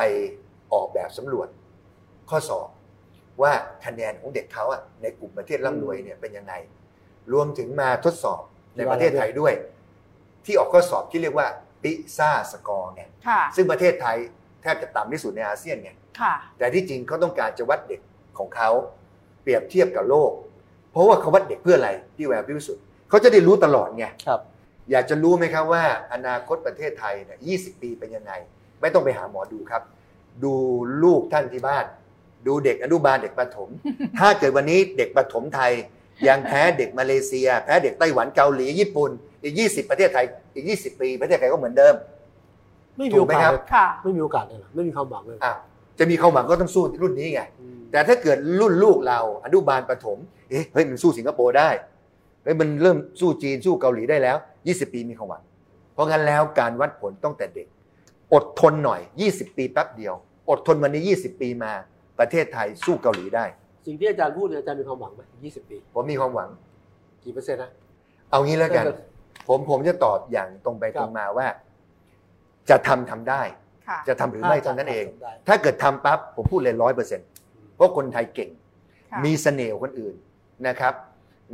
ออกแบบสำรวจ ข้อสอบ ว่าคะแนนของเด็กเขาอะในกลุ่มประเทศร่ำรวยเนี่ยเป็นยังไง รวมถึงมาทดสอบในประเทศไทยด้วย ที่ออกข้อสอบที่เรียกว่าปิซ่าสกอร์เนี่ย
ค่ะ
ซึ่งประเทศไทยแทบจะต่ำที่สุดในอาเซียนไง
ค่ะ
แต่ที่จริงเขาต้องการจะวัดเด็กของเขาเปรียบเทียบกับโลก เพราะว่าเขาวัดเด็กเพื่ออะไรพี่แววพี่วิสุทธิ์เขาจะได้รู้ตลอดไง
ครับ
อยากจะรู้ไหมครับว่า อนาคตประเทศไทยเนี่ยยีปีเป็นยังไง ไม่ต้องไปหาหมอดูครับ ดูลูกท่านที่บ้าน ดูเด็กอนุบาลเด็กประถม ถ้าเกิดวันนี้เด็กประถมไทย ยังแพ้เด็กมาเลเซีย แพ้เด็กไต้หวันเกาหลีญี่ปุ่นอีก 20 ประเทศไทยอีก 20 ปี ประเทศไทยก็เหมือนเดิม
ไม่มี
ถู
โอก
ไหม
กา
ค
ส
รับ
เลย
ค่ะ
ไม่มีโอกาสเลยเหรอไม่มีความหวังเลยเหรอ
อ่ะจะมีความหวังก็ต้องสู้รุ่นนี้ไง
อืม
แต่ถ้าเกิดรุ่นลูกเราอนุบาลประถม เอ๊ะเฮ้ยมันสู้สิงคโปร์ได้ เฮ้ยมันเริ่มสู้จีนสู้เกาหลีได้แล้ว 20 ปีมีความหวัง เพราะงั้นแล้วการวัดผลต้องแต่เด็ก อดทนหน่อย 20 ปีแป๊บเดียว อดทนวันนี้ 20 ปีมาประเทศไทยสู้เกาหลีได้
สิ่งที่อาจารย์พูดเนี่ยอาจารย์มีความหวังไหมยี่สิบปี
ผมมีความหวัง
กี่เปอร์เซ็นต์นะ
เอางี้แล้ว กัน
ครับ
ผมผมจะตอบอย่างตรงไป
ครับ
ตรงมาว่า จะทำทำได้
ค่ะ
จะทำหรือไม่เท่านั้นเอง ถ้าเกิดทำปั๊บผมพูดเลยร้อยเปอร์เซ็นต์เพราะคนไทยเก่ง
ค่ะ
มีเสน่ห์กว่าคนอื่นนะครับ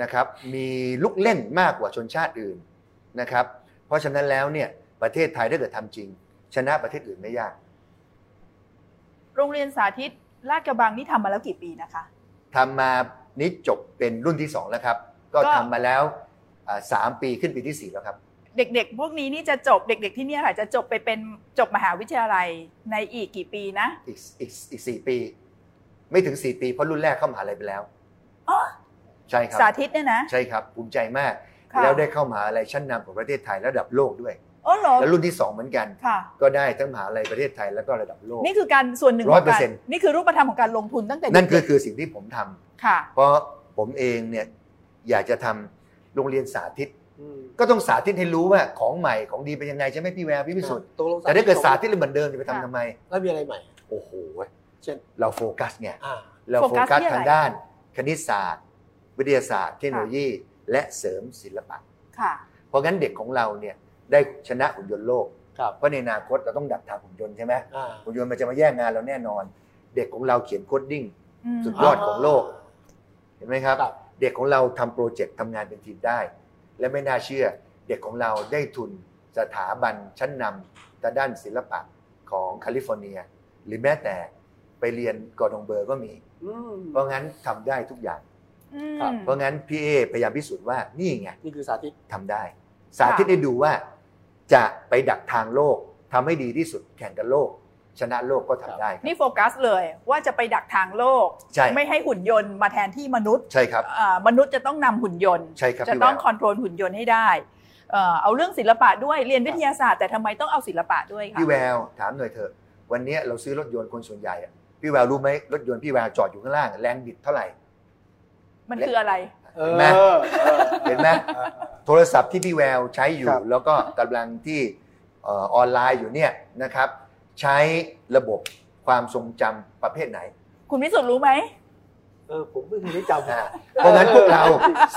นะครับ มีลูกเล่นมากกว่าชนชาติอื่นนะครับ เพราะฉะนั้นแล้วเนี่ยประเทศไทยถ้าเกิดทำจริง ชนะประเทศอื่นไม่ยาก
โรงเรียนสาธิตลาดกระบังนี่ทำมาแล้วกี่ปีนะคะ
ทำมานี้จบเป็นรุ่นที่ 2 แล้วครับ ก็
ก็
ทำมาแล้วอ่าสามปีขึ้นปีที่ 4 แล้วครับ
เด็กๆ พวกนี้นี่จะจบเด็ก ๆ ที่เนี่ยค่ะ จะจบไปเป็นจบมหาวิทยาลัยในอีกกี่ปีนะ
อีกอีกอีกสปี ไม่ถึง 4 ปีเพราะรุ่นแรกเข้ามหาลัยไปแล้ว
อ๋อ
ใช่ครับ
สาธิตเนี่ยนะ
ใช่ครับภูมิใจมาก
ค่ะ
แล้วได้เข้ามหาลัยชั้นนำของประเทศไทยระดับโลกด้วย
อ๋อเหรอ
แล้วรุ่นที่สองเหมือนกัน
ค่ะ
ก็ได้ทั้งมหาลัยประเทศไทยแล้วก็ระดับโลก
นี่คือการส่วนหนึ่งของการ
100%
นี่คือรูปธรรมของการลงทุนตั้งแต่เด็ก
นั่นคือคือสิ่งที่ผมทำ
ค่ะ
เพราะผมเองเนี่ยอยากจะทำโรงเรียนสาธิต ก็ต้องสาธิตให้รู้ว่าของใหม่ของดีเป็นยังไงใช่ไหมพี่แววพี่พิสุทธิ์
ตกลง
แต่ถ้าเกิดสาธิตเหมือนเดิมจะไปทำทำไม
แล้วมีอะไรใหม่
โอ้โห
เช่น
เราโฟกัสไง
อ่า
เราโฟกัส
โฟกัสที่อะไร
ทางด้าน คณิตศาสตร์ วิทยาศาสตร์ เทคโนโลยี และเสริมศิลปะ
ค่ะ
เพราะงั้นเด็กของเราเนี่ยได้ชนะหุ่นยนต์โลก
ครับ
เพราะในอนาคตเราต้องดักทางหุ่นยนต์ใช่ไหม
อ่า
หุ่นยนต์มันจะมาแย่งงานเราแน่นอน เด็กของเราเขียนโคดดิ้ง
อืม
สุดยอดของโลก เห็นไหมครับ
ครับ
เด็กของเราทำโปรเจกต์ทำงานเป็นทีมได้ และไม่น่าเชื่อ เด็กของเราได้ทุนสถาบันชั้นนำทางด้านศิลปะของแคลิฟอร์เนีย หรือแม้แต่ไปเรียนกอร์ดองเบอร์ก็มี
อืม
เพราะงั้นทำได้ทุกอย่าง
อืม
ครับ
เพราะงั้นพี่เอพยายามพิสูจน์ว่านี่ไง
นี่คือสาธิต
ทำได้ สาธิตให้ดูว่าจะไปดักทางโลก ทำให้ดีที่สุดแข่งกับโลก ชนะโลกก็ทำได้ครับ
นี่โฟกัสเลยว่าจะไปดักทางโลก
ใช่
ไม่ให้หุ่นยนต์มาแทนที่มนุษย์
ใช่ครับ
อ่ามนุษย์จะต้องนำหุ่นยนต์
ใช่ครับ
จะ
พี่
ต้อง
แวว
คอนโทรลหุ่นยนต์ให้ได้เอ่อเอาเรื่องศิลปะด้วยเรียนวิทยาศาสตร์แต่ทำไมต้องเอาศิลปะด้วยคะ
พี่แววถามหน่อยเถอะ วันเนี้ยเราซื้อรถยนต์คนส่วนใหญ่อะพี่แววรู้ไหมรถยนต์พี่แววจอดอยู่ข้างล่างแรงบิดเท่าไหร่
มันคืออะไร
เออน
เห็ไหม
เออเออ
เห็ นไหมโทรศัพท์ที่พี่แววใช้อยู่
ครับ
แล้วก็กำลังที่เอ่อออนไลน์อยู่เนี่ยนะครับ ใช้ระบบความทรงจำประเภทไหน
คุณพิสุทธิ์รู้ไหม
เออผมไม่เคยได้จำ
อ่าเพราะงั้นพวกเรา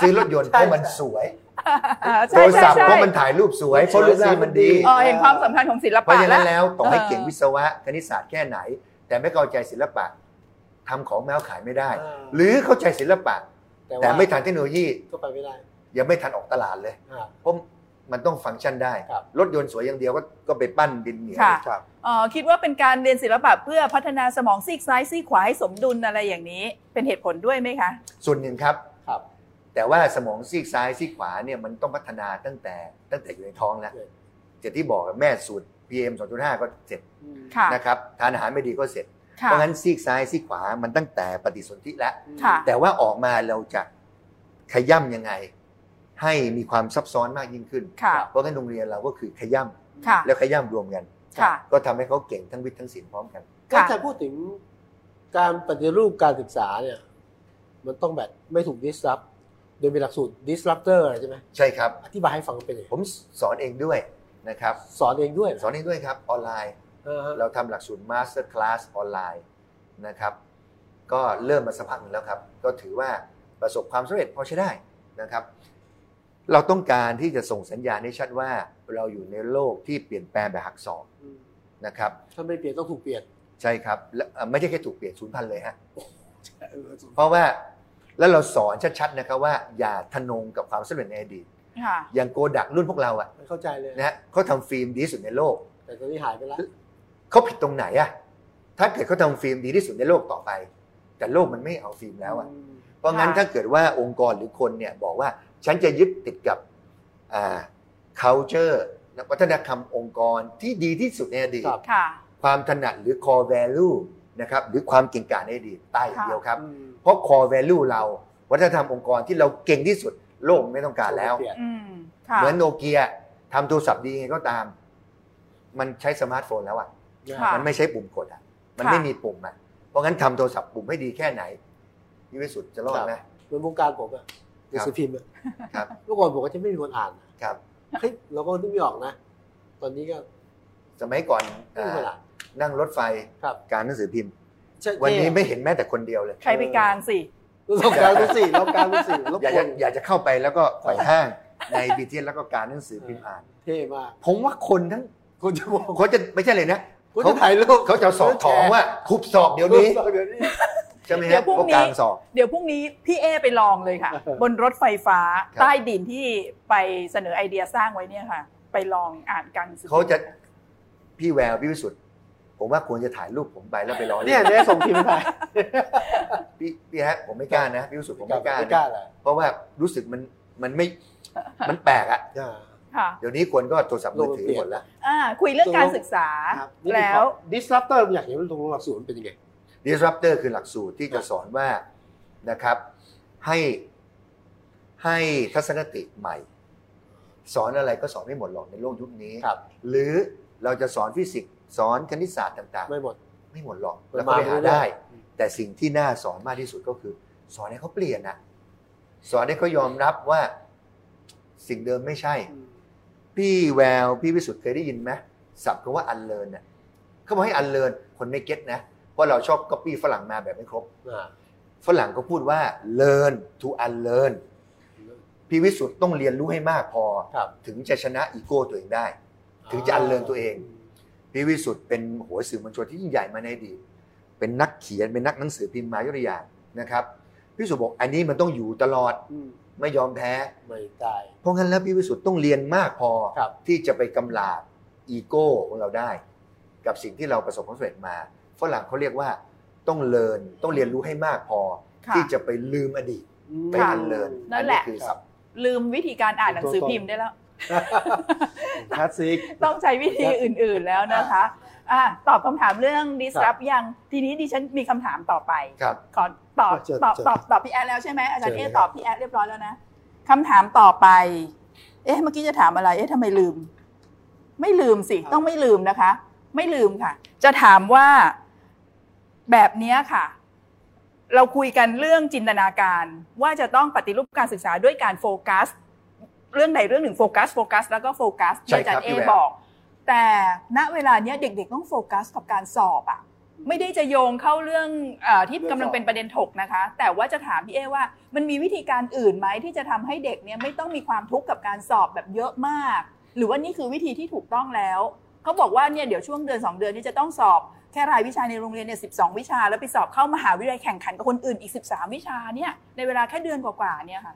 ซื้อรถยนต์เพราะมันสวย โท
ใช่
รศั
ใช่ใช่
พท์เพราะมันถ่ายรูปสวย เพราะรูปสีมันดี
เออเห็นความสำคัญของศิล
เพราะ
ปะ
ฉะ
แล้
นั้
ว
นแล้วต่อให้เก่ง
เออ
วิศวะคณิตศาสตร์แค่ไหน แต่ไม่เข้าใจศิลปะทำของแมวขายไม่ได้
เออ
หรือเข้าใจศิลปะ แต่
ว่า
ไม่ทันเทคโนโลยี
ก็ไปไม่ได้
ยังไม่ทันออกตลาดเลย
อ่า
เพราะมันต้องฟังก์ชันได้
ครับ
รถยนต์สวยอย่างเดียวก็ก็ไปปั้นดินเหนียว
ค่ะ
ครับ
เอ่อคิดว่าเป็นการเรียนศิลปะเพื่อพัฒนาสมองซีกซ้ายซีกขวาให้สมดุลอะไรอย่างนี้ เป็นเหตุผลด้วยไหมคะ
ส่วนหนึ่งครับ
ครับ
แต่ว่าสมองซีกซ้ายซีกขวาเนี่ยมันต้องพัฒนาตั้งแต่ตั้งแต่อยู่ในท้องแล้ว
ใช่
เจ็ดที่บอกแม่สูตร PM 2.5 ก็เสร็จ
อืม
ค่ะ
นะครับทานอาหารไม่ดีก็เสร็จ
ค่ะ
เพราะงั้นซีกซ้ายซีกขวามันตั้งแต่ปฏิสนธิแล้ว
ค่ะ
แต่ว่าออกมาเราจะขย่ำยังไง ให้มีความซับซ้อนมากยิ่งขึ้น
ค่ะ
เพราะงั้นโรงเรียนเราก็คือขย่
ค่ะ
ำแล้วขย่ำรวมกัน
ค่ะ
ก็ทำให้เขาเก่งทั้งวิทย์ทั้งศิลป์พร้อมกัน
ถ้าจะพูดถึงการปฏิรูปการศึกษาเนี่ย มันต้องแบบไม่ถูก disrupt โดยมีหลักสูตร disruptor ใช่ไหม
ใช่ครับ
อธิบายให้ฟังว่าเป็นยังไง
ผมสอนเองด้วยนะครับ
สอนเองด้วย
สอนเองด้วยครับออนไลน์
เออฮะ
เราทำหลักสูตรมาสเตอร์คลาสออนไลน์นะครับ ก็เริ่มมาสักพักหนึงแล้วครับ ก็ถือว่าประสบความสำเร็จพอใช้ได้นะครับ เราต้องการที่จะส่งสัญญาณให้ชัดว่าเราอยู่ในโลกที่เปลี่ยนแปลงแบบหักศอก
อืม
นะครับ
ถ้าไม่เปลี่ยนต้องถูกเปลี่ยน
ใช่ครับและเอ่อไม่ใช่แค่ถูกเปลี่ยนศูนย์พันเลยฮะเพราะว่าแล้วเราสอนชัดๆนะครับว่าอย่าทะนงกับความสำเร็จในอดีต
ค่ะ
อย่างโกดักรุ่นพวกเราอะ
ไม่เข้าใจเลย
นะฮะเขาทำฟิล์มดีที่สุดในโลก
แต่ตอนนี้หายไปแล้ว
เขาผิดตรงไหนอะถ้าเกิดเขาทำฟิล์มดีที่สุดในโลกต่อไป แต่โลกมันไม่เอาฟิล์มแล้วอะ
ม
เพราะงั้น
ค่ะ
ถ้าเกิดว่าองค์กรหรือคนเนี่ยบอกว่าฉันจะยึดติดกับอ่า culture นะวัฒนธรรมองค์กรที่ดีที่สุดในอดีต
ครับ
ค่ะ
ความถนัดหรือ core value นะครับหรือความเก่งกาจในอดีตตายอย่าง
ค่ะ
เดียวครับ
อืม
เพราะ core value เราวัฒนธรรมองค์กรที่เราเก่งที่สุดโลกไม่ต้องการแล้ว
เปยน
อืมค่ะ
เหมือนโนเกียทำโทรศัพท์ดีไงก็ตาม มันใช้สมาร์ทโฟนแล้วอะ
ค่ะ
มันไม่ใช่ปุ่มกดอ่ะ มัน
ค่ะ
ไม่มีปุ่มอ่ะ เพราะงั้นทำโทรศัพท์ปุ่มให้ดีแค่ไหนพี่วิสุทธ์จะรอดไหม
เหมือนวงการผมอะหนังสือพิมพ์อะ
ครับ
เมื่อก่อนผมก็จะไม่มีคนอ่านนะครับ เฮ้ยเราก็นึกไม่ออกนะ ตอนนี้ก็
สมัยก่อน
ไม่มีคนอ่าน
อ่านั่งรถไฟ
ครับ
การหนังสือพิมพ์
ใช่
วันนี้ไม่เห็นแม้แต่คนเดียวเลย
ใครไปกลางสิ
ลบการรู้สิลบการรู้สิลบ
อยาก
กว
จะ
น
อยากจะเข้าไปแล้วก็ไปห้างในบีทีแล้วก็การหนังสือพิมพ์อ่าน
เท่มาก
ผมว่าคนทั้ง
คุณจะบอก
เขาจะไม่ใช่เลยนะ
คุณ
เขา
จะถ่ายรูป
เขาจะสอบถองว่าคุบสอบเดี๋ยวนี้
เดี๋ยวนี้
ใช่ไหม
เดี๋ย
ฮะ
วพรุ่งนี้
เขากลางสอบ
เดี๋ยวพรุ่งนี้พี่เอไปลองเลยค่ะ บนรถไฟฟ้า
ครับ
ใต้ดินที่ไปเสนอไอเดียสร้างไว้เนี่ยค่ะ ไปลองอ่านกันสิ
เขาจะพี่แววพี่วิสุทธ์ผมว่าควรจะถ่ายรูปผมไปแล้วไปรอ
เนี่ยเนี่ยส่งทีมถ่าย
พี่พี่ฮะผมไม่กล้านะพี่วิสุทธ์ผมไม่กล้า
ไม่
นะ
กล้าแหละ
เพราะว่ารู้สึกมันมันไม่ มันแปลกอะ
อ่า
ค่ะ
เดี๋ยวนี้คนก็โทรศัพท์มือถือหมดแล้ว
อ่าคุยเรื่องการศึกษา
ครับนี่คือ
แล้ว
ข้อ disruptor ผมอยากเห็นมันตรงหลักสูตรมันเป็นยังไง
disruptor คือหลักสูตรที่จะสอนว่านะครับ ให้ให้ทัศนคติใหม่ สอนอะไรก็สอนไม่หมดหรอกในโลกยุคนี้
ครับ
หรือเราจะสอนฟิสิกส์สอนคณิตศาสตร์ต่าง
ไม่หมด
ๆ ไม่หมดหรอกแล้วก็ไปหาได้
อืม
แต่สิ่งที่น่าสอนมากที่สุดก็คือ สอนให้เขาเปลี่ยนอะสอนให้เขายอมรับว่าสิ่งเดิมไม่ใช่ พี่แวว พี่วิสุทธ์เคยได้ยินไหมศัพท์คำว่าอันเลินเนี่ยเขาบอกให้อันเลินคนไม่เก็ตนะ เพราะเราชอบก๊อปปี้ฝรั่งมาแบบไม่ครบ
อ่า
ฝรั่งก็พูดว่า learn to unlearn พี่วิสุทธ์ต้องเรียนรู้ให้มากพอ
ครับ
ถึงจะชนะอีโก้ตัวเองได้ ถึงจะ unlearn ตัวเอง พี่วิสุทธ์เป็นหัวสื่อมวลชนที่ยิ่งใหญ่มาในอดีตเป็นนักเขียนเป็นนักหนังสือพิมพ์มายกตัวอย่างนะครับพี่วิสุทธ์บอกอันนี้มันต้องอยู่ตลอด
อืม
ไม่ยอมแพ้
ไม่ตาย
เพราะงั้นแล้วพี่วิสุทธ์ต้องเรียนมากพอ
ครับ
ที่จะไปกำลาบอีโก้ของเราได้ กับสิ่งที่เราประสบความสำเร็จมาฝรั่งเขาเรียกว่าต้องเรียนต้องเรียนรู้ให้มากพอ
ค่ะ
ที่จะไปลืมอดีตไป
ค่ะ
อันเลิน
นั่นแหละ
คือศัพท์
ลืมวิธีการอ่านหนังสือพิมพ์ได้แล้ว
คลาสสิก
ต้องใช้วิธีอื่นๆแล้วนะคะอ่ะตอบคำถามเรื่อง disrupt ยัง ทีนี้ดิฉันมีคำถามต่อไป
ครับ
ขอตอบ
เชิญ
ตอบ
เชิญ
ตอบตอบพี่แอดแล้วใช่ไหมอาจารย์
เชิ
เอ๊
ญเลยครับ
ตอบพี่แอดเรียบร้อยแล้วนะคำถามต่อไป เอ๊ะเมื่อกี้จะถามอะไร เอ๊ะทำไมลืม ไม่ลืมสิ ต้องไม่ลืมนะคะ ไม่ลืมค่ะ จะถามว่าแบบเนี้ยค่ะ เราคุยกันเรื่องจินตนาการว่าจะต้องปฏิรูปการศึกษาด้วยการโฟกัส เรื่องใดเรื่องหนึ่งโฟกัสโฟกัสแล้วก็โฟกัสที่
ใช่
อาจาร
ครับ
ย์เอ
พี่แหวน
บอก แต่ณเวลาเนี้ยเด็ก ๆ ต้องโฟกัสกับการสอบอะไม่ได้จะโยงเข้าเรื่องเออที่กำลังเป็นประเด็นถกนะคะ แต่ว่าจะถามพี่เอว่ามันมีวิธีการอื่นไหมที่จะทำให้เด็กเนี่ยไม่ต้องมีความทุกข์กับการสอบแบบเยอะมาก หรือว่านี่คือวิธีที่ถูกต้องแล้วเขาบอกว่าเนี่ยเดี๋ยวช่วงเดือนสองเดือนนี้จะต้องสอบแค่รายวิชาในโรงเรียนเนี่ยสิวิชา แล้วไปสอบเข้ามหาวิทยาลัยแข่งขันกับคนอื่นอีก 13 วิชาเนี่ยในเวลาแค่เดือนกว่าๆเนี่ยค่ะ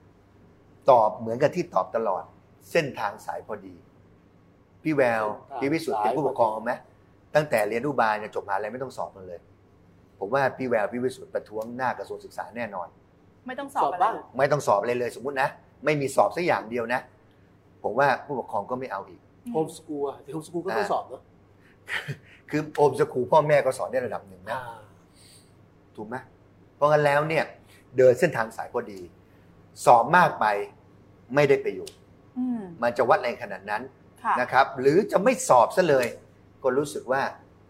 ตอบเหมือนกับที่ตอบตลอด เส้นทางสายพอดี พี่แววพี่วิสุทธิ์เป็นผู้ปกครองไหมตั้งแต่เรียนอนุบาลจนจบมหาลัยไม่ต้องสอบมันเลย ผมว่าพี่แววพี่วิสุทธิ์ประท้วงหน้ากระทรวงศึกษาแน่นอน
ไม่ต้องสอบ
สอบ
อะไร
บ้าง
ไม่ต้องสอบอะไรเลยสมมตินะ ไม่มีสอบสักอย่างเดียวนะ ผมว่าผู้ปกครองก็ไม่เอาอีก
โฮมสกูลอะโฮมสกูลก็ต้องสอบเนาะ
คือโอมสกูลพ่อแม่ก็สอนในระดับหนึ่งนะ
อ่า
ถูกไหมเพราะงั้นแล้วเนี่ยเดินเส้นทางสายพอดี สอบมากไปไม่ได้ประโยชน์
อืม
มันจะวัดแรงขนาดนั้น
ค่ะ
นะครับ หรือจะไม่สอบซะเลย ก็รู้สึกว่า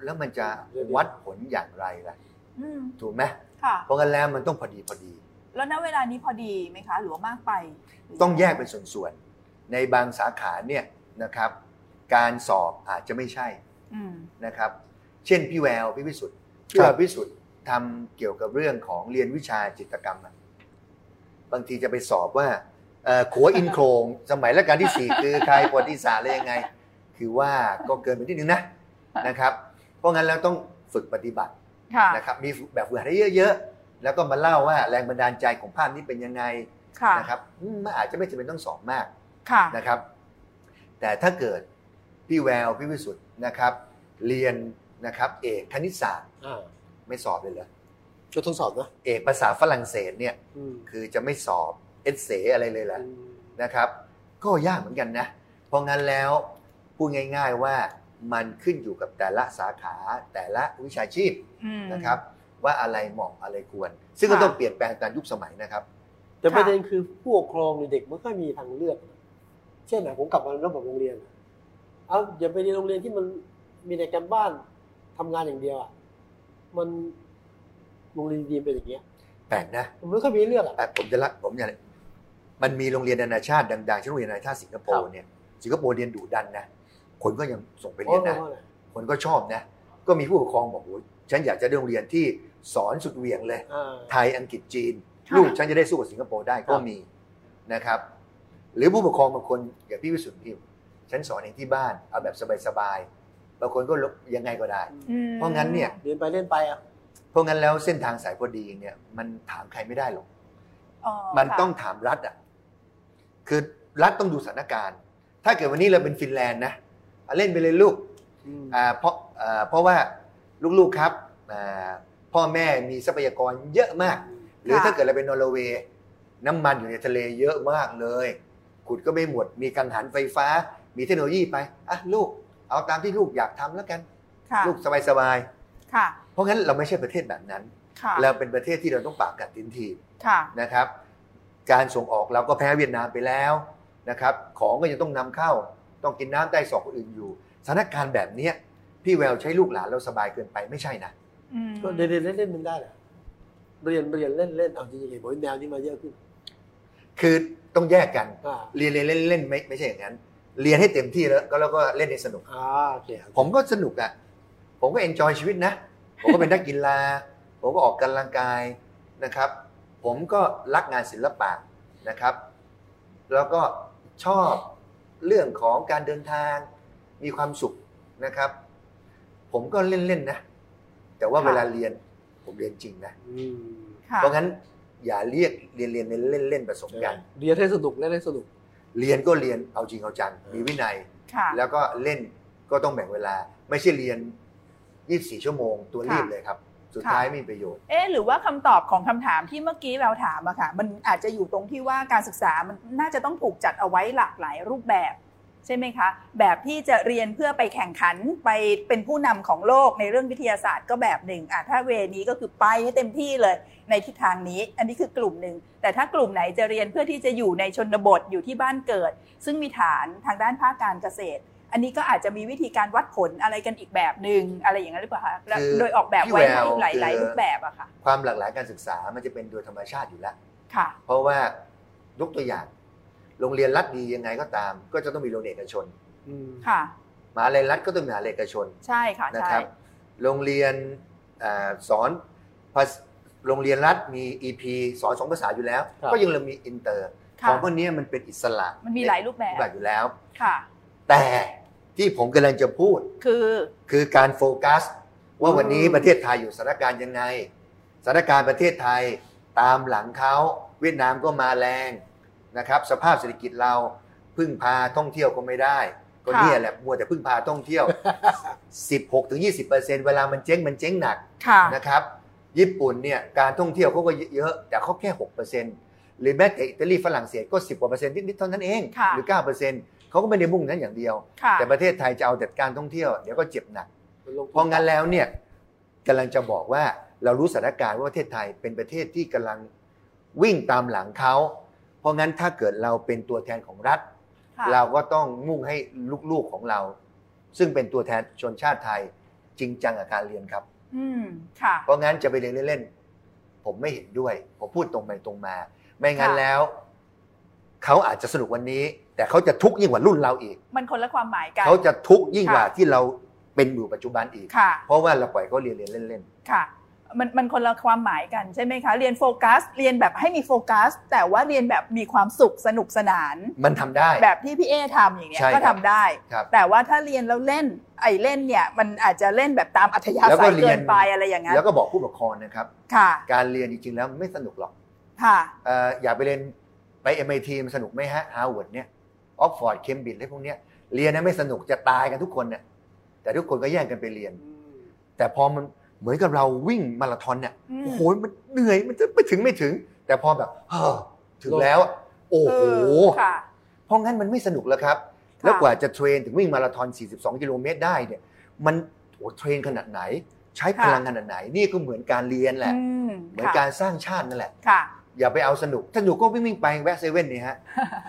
แล้วมันจะวัดผลอย่างไรล่ะ
อืม
ถูกไหม
ค่ะ
เพราะงั้นแล้วมันต้องพอดีพอดี
แล้วณเวลานี้พอดีไหมคะ หรือว่ามากไปหรื
ต้องแยกเป็นส่วนๆ ในบางสาขาเนี่ยนะครับ การสอบอาจจะไม่ใช่
อืม
นะครับ เช่นพี่แววพี่วิสุทธิ์พี่แววพิสุทธิ์ทำเกี่ยวกับเรื่องของเรียนวิชาจิตรกรรมอะบางทีจะไปสอบว่าเอ่อขัวอินโครงสมัยรัชกาลที่ 4 คือใครประวัติศาสตร์อะไรยังไง คือว่าก็เกินไปนิดนึงนะนะครับ เพราะงั้นแล้วต้องฝึกปฏิบัติ
ค่ะ
นะครับมีแบบฝึกหัดให้เยอะๆ แล้วก็มาเล่าว่าแรงบันดาลใจของภาพนี้เป็นยังไง
ค่ะ
นะครับอืมมันอาจจะไม่จำเป็นต้องสอบมาก
ค่ะ
นะครับแต่ถ้าเกิดพี่แววพี่วิสุทธ์นะครับ เรียนนะครับเอกคณิตศาสตร์
อ่า
ไม่สอบเลยเหรอ
ก็ต้องสอบเนาะ
เอกภาษาฝรั่งเศสเนี่ย
อืม
คือจะไม่สอบเอเสอะไรเลยเหรอนะครับ ก็ยากเหมือนกันนะ เพราะงั้นแล้วพูดง่าย ๆว่ามันขึ้นอยู่กับแต่ละสาขาแต่ละวิชาชีพ
อืม
นะครับ ว่าอะไรเหมาะอะไรควร ซึ่งก็
ค่ะ
ต้องเปลี่ยนแปลงตามยุคสมัยนะครับ
แต่ประเด็นคือผู้ปกครองหรือเด็กไม่ค่อยมีทางเลือก เช่นอะผมกลับมาเรื่องแบบโรงเรียนอะเอาอย่าไปเรียนโรงเรียนที่มันมีแต่การบ้านทำงานอย่างเดียวอะมันโรงเรียนดีๆเป็นอย่างเงี้ย
แปลกนะ
มันไม่ค่อยมีเลือกอะ
อ่ะผมจะละผมอยากมันมีโรงเรียนนานาชาติดังๆเช่นโรงเรียนนานาชาติสิงคโป
ค
ร์
รับ
เนี่ยสิงคโปร์เรียนดุดันนะคนก็ยังส่งไป
เพ
เรีย
ราะ
น
ว่า
นะ
อะไร
คนก็ชอบนะ ก็มีผู้ปกครองบอกโอ้ยฉันอยากจะได้โรงเรียนที่สอนสุดเหวี่ยงเลย
อ่า
ไทยอังกฤษจีน
ค่ะ
ลูกฉันจะได้สู้กับสิงคโปร์ได้
ค
ก็
รับ
มีนะครับ หรือผู้ปกครองบางคนอย่างพี่วิสุทธิ์พิมพ์ฉันสอนเองที่บ้านเอาแบบสบายๆบางคนก็ยังไงก็ได้
อืม
เพราะงั้นเนี่ย
เรียนไปเล่นไปอ่ะ
เพราะงั้นแล้วเส้นทางสายพอดีเนี่ยมันถามใครไม่ได้หรอก
เอ่
มัน
ค่ะ
ต้องถามรัฐอ่ะ คือรัฐต้องดูสถานการณ์ ถ้าเกิดวันนี้เราเป็นฟินแลนด์นะอ่ะเล่นไปเลยลูกอ่าเพราะอ่าเพราะว่าลูกๆครับอ่าพ่อแม่มีทรัพยากรเยอะมาก หรือถ้าเกิดเราเป็นนอร์เวย์น้ำมันอยู่ในทะเลเยอะมากเลย ขุดก็ไม่หมด มีกังหันไฟฟ้า มีเทคโนโลยีไป อ่ะลูก เอาตามที่ลูกอยากทำแล้วกัน
ค่ะ
ลูกสบาย
ค่ะ
ๆ เพราะงั้นเราไม่ใช่ประเทศแบบนั้น
ค่ะ
เราเป็นประเทศที่เราต้องปากกัดทินที
ค่ะ
นะครับการส่งออกเราก็แพ้เวียดนามไปแล้วนะครับของก็ยังต้องนำเข้าต้องกินน้ำใต้ศอกคนอื่นอยู่สถานการณ์แบบเนี้ยพี่แววใช้ลูกหลานเราสบายเกินไปไม่ใช่นะ
อืม
ก็เรียนเรียนเล่นเล่นมันได้แหละเรียนเรียนเล่นเล่นเอาจริงๆเห็นบอกว่าแนวนี้มาเยอะขึ้น
คือต้องแยกกัน
อ่า
เรียนเล่นเล่นเล่นไม่ไม่ใช่อย่างนั้น เรียนให้เต็มที่แล้วก็แล้วก็เล่นให้สนุก
อ่าโอเคโอเค
ผมก็สนุกอะ่ะผมก็เอนจอยชีวิตนะ ผมก็เป็นนักกีฬา ผมก็ออกกำลังกายนะครับ ผมก็รักงานศิลปะนะครับ แล้วก็ชอบเรื่องของการเดินทางมีความสุขนะครับ ผมก็เล่นๆนะ แต่ว่าเวลาเรียนผมเรียนจริงนะ
อืม
ค่ะ
เพราะงั้นอย่าเรียกเรียนเรียนเล่นๆผสมกัน
เรียนให้สนุกเล่นให้สนุก
เรียนก็เรียนเอาจริงเอาจังมีวินัย
ค่ะ
แล้วก็เล่นก็ต้องแบ่งเวลา ไม่ใช่เรียน 24 ชั่วโมงตัวรีบเลยครับ สุดท้ายไม่มีประโยชน์
เอ๊ะหรือว่าคำตอบของคำถามที่เมื่อกี้แววถามอะค่ะ มันอาจจะอยู่ตรงที่ว่าการศึกษามันน่าจะต้องถูกจัดเอาไว้หลากหลายรูปแบบ ใช่ไหมคะ แบบที่จะเรียนเพื่อไปแข่งขันไปเป็นผู้นำของโลกในเรื่องวิทยาศาสตร์ก็แบบหนึ่งอ่ะถ้าเวนี้ก็คือไปให้เต็มที่เลยในทิศทางนี้ อันนี้คือกลุ่มหนึ่ง แต่ถ้ากลุ่มไหนจะเรียนเพื่อที่จะอยู่ในชนบทอยู่ที่บ้านเกิด ซึ่งมีฐานทางด้านภาคการเกษตร อันนี้ก็อาจจะมีวิธีการวัดผลอะไรกันอีกแบบหนึ่งอะไรอย่างนั้นหรือเปล่าคะและ
คือ
โดยออกแบบไว้ให้
พี่แวว
หลายๆ
คือ
รูปแบบอะค่ะ
ความหลากหลายการศึกษามันจะเป็นโดยธรรมชาติอยู่แล้ว
ค่ะ
เพราะว่ายกตัวอย่าง โรงเรียนรัฐดียังไงก็ตาม ก็จะต้องมีโรงเรียนเอกชน
อืม
ค่ะ
มหาลัยรัฐก็ต้องมีมหาลัยเอกชน
ใช่ค่ะ
นะ
ใช่
ครับ โรงเรียนอ่าสอนภาษโรงเรียนรัฐมี EP สอนสองภาษาอยู่แล้ว
ครับ
ก็ยังเรามีอินเตอร์ข
ค่ะ
องพวกนี้มันเป็นอิสระ
มันมีหลายรูปแบบ
แบบอยู่แล้ว
ค่ะ
แต่ที่ผมกำลังจะพูด
คือ
คือการโฟกัส ว่าวันนี้ประเทศไทยอยู่สถานการณ์ยังไงสถานการณ์ประเทศไทยตามหลังเขาเวียดนามก็มาแรงนะครับ สภาพเศรษฐกิจเราพึ่งพาท่องเที่ยวก็ไม่ได้ก็เนี่ยแหละมัวแต่พึ่งพาท่องเที่ยว 16-20%เวลามันเจ๊งมันเจ๊งหนัก
ค่ะ
นะครับญี่ปุ่นเนี่ยการท่องเที่ยวเขาก็เยอะแต่เขาแค่ 6%หรือแม้แต่อิตาลีฝรั่งเศสก็ 10กว่าเปอร์เซ็นต์นิดๆเท่านั้นเอง
ค่ะ
หรือ 9%เขาก็ไม่ได้มุ่งนั้นอย่างเดียว
ค่ะ
แต่ประเทศไทยจะเอาแต่การท่องเที่ยวเดี๋ยวก็เจ็บหนัก
มันลงทุ
เพราะงั้นแล้วเนี่ยกำลังจะบอกว่าเรารู้สถานการณ์ว่าประเทศไทยเป็นประเทศที่กำลังวิ่งตามหลังเขาเพราะงั้นถ้าเกิดเราเป็นตัวแทนของรัฐ
ค่ะ
เราก็ต้องมุ่งให้ลูกๆของเรา ซึ่งเป็นตัวแทนชนชาติไทยจริงจังกับการเรียนครับ
อืม ค่ะ
เพราะงั้นจะไปเรียนเล่นๆ ผมไม่เห็นด้วย ผมพูดตรงไปตรงมา ไม่งั้น
ค่ะ
แล้ว เขาอาจจะสนุกวันนี้ แต่เขาจะทุกข์ยิ่งกว่ารุ่นเราอีก
มันคนละความหมายกัน
เขาจะทุกข์ยิ่งกว่า
ค่ะ
ที่เราเป็นอยู่ปัจจุบันอีก
ค่ะ
เพราะว่าเราปล่อยเขาเรียนเรียนเล่น
ค่ะ มันมันคนละความหมายกันใช่ไหมคะ เรียนโฟกัส เรียนแบบให้มีโฟกัส แต่ว่าเรียนแบบมีความสุขสนุกสนาน
ๆ มันทำได้
แบบที่พี่เอทำอย่างเงี้ย
ใช่ครับ
ก็ทำได้
ครับ
แต่ว่าถ้าเรียนแล้วเล่น ไอ้เล่นเนี่ยมันอาจจะเล่นแบบตามอัธยาศัยเกินไปอะไรอย่างนั้น
แล้วก็บอกผู้ปกครองนะครับ
ค่ะ
การเรียนจริงๆแล้วไม่สนุกหรอก
ค่ะ
เอ่ออยากไปเรียนไป MIT มันสนุกไหมฮะฮาร์วาร์ดเนี่ยออกฟอร์ดเคมบริดจ์อะไรพวกเนี้ยเรียนนะไม่สนุกจะตายกันทุกคนเนี่ยแต่ทุกคนก็แย่งกันไปเรียน
อืม
แต่พอมันเหมือนกับเราวิ่งมาราธอนเนี่ย
อืม
โอ้โห มันเหนื่อย มันจะไปถึงไม่ถึง แต่พอแบบเฮ้อถึงแล้วอะโอ้
เอ
โห
อค่ะ
เพราะงั้นมันไม่สนุกแล้วครับ
ะ
แล้วกว่าจะเทรนถึงวิ่งมาราธอน 42 กิโลเมตรได้เนี่ย มันโอ้เทรนขนาดไหน ใช้พลังขนาดไหน นี่ก็เหมือนการเรียนแหละ
อืม
เหมือนการสร้างชาตินั่นแหละ
ค่ะ
อย่าไปเอาสนุก สนุกก็วิ่งวิ่งๆไปแวะเซเว่นนี่ฮะ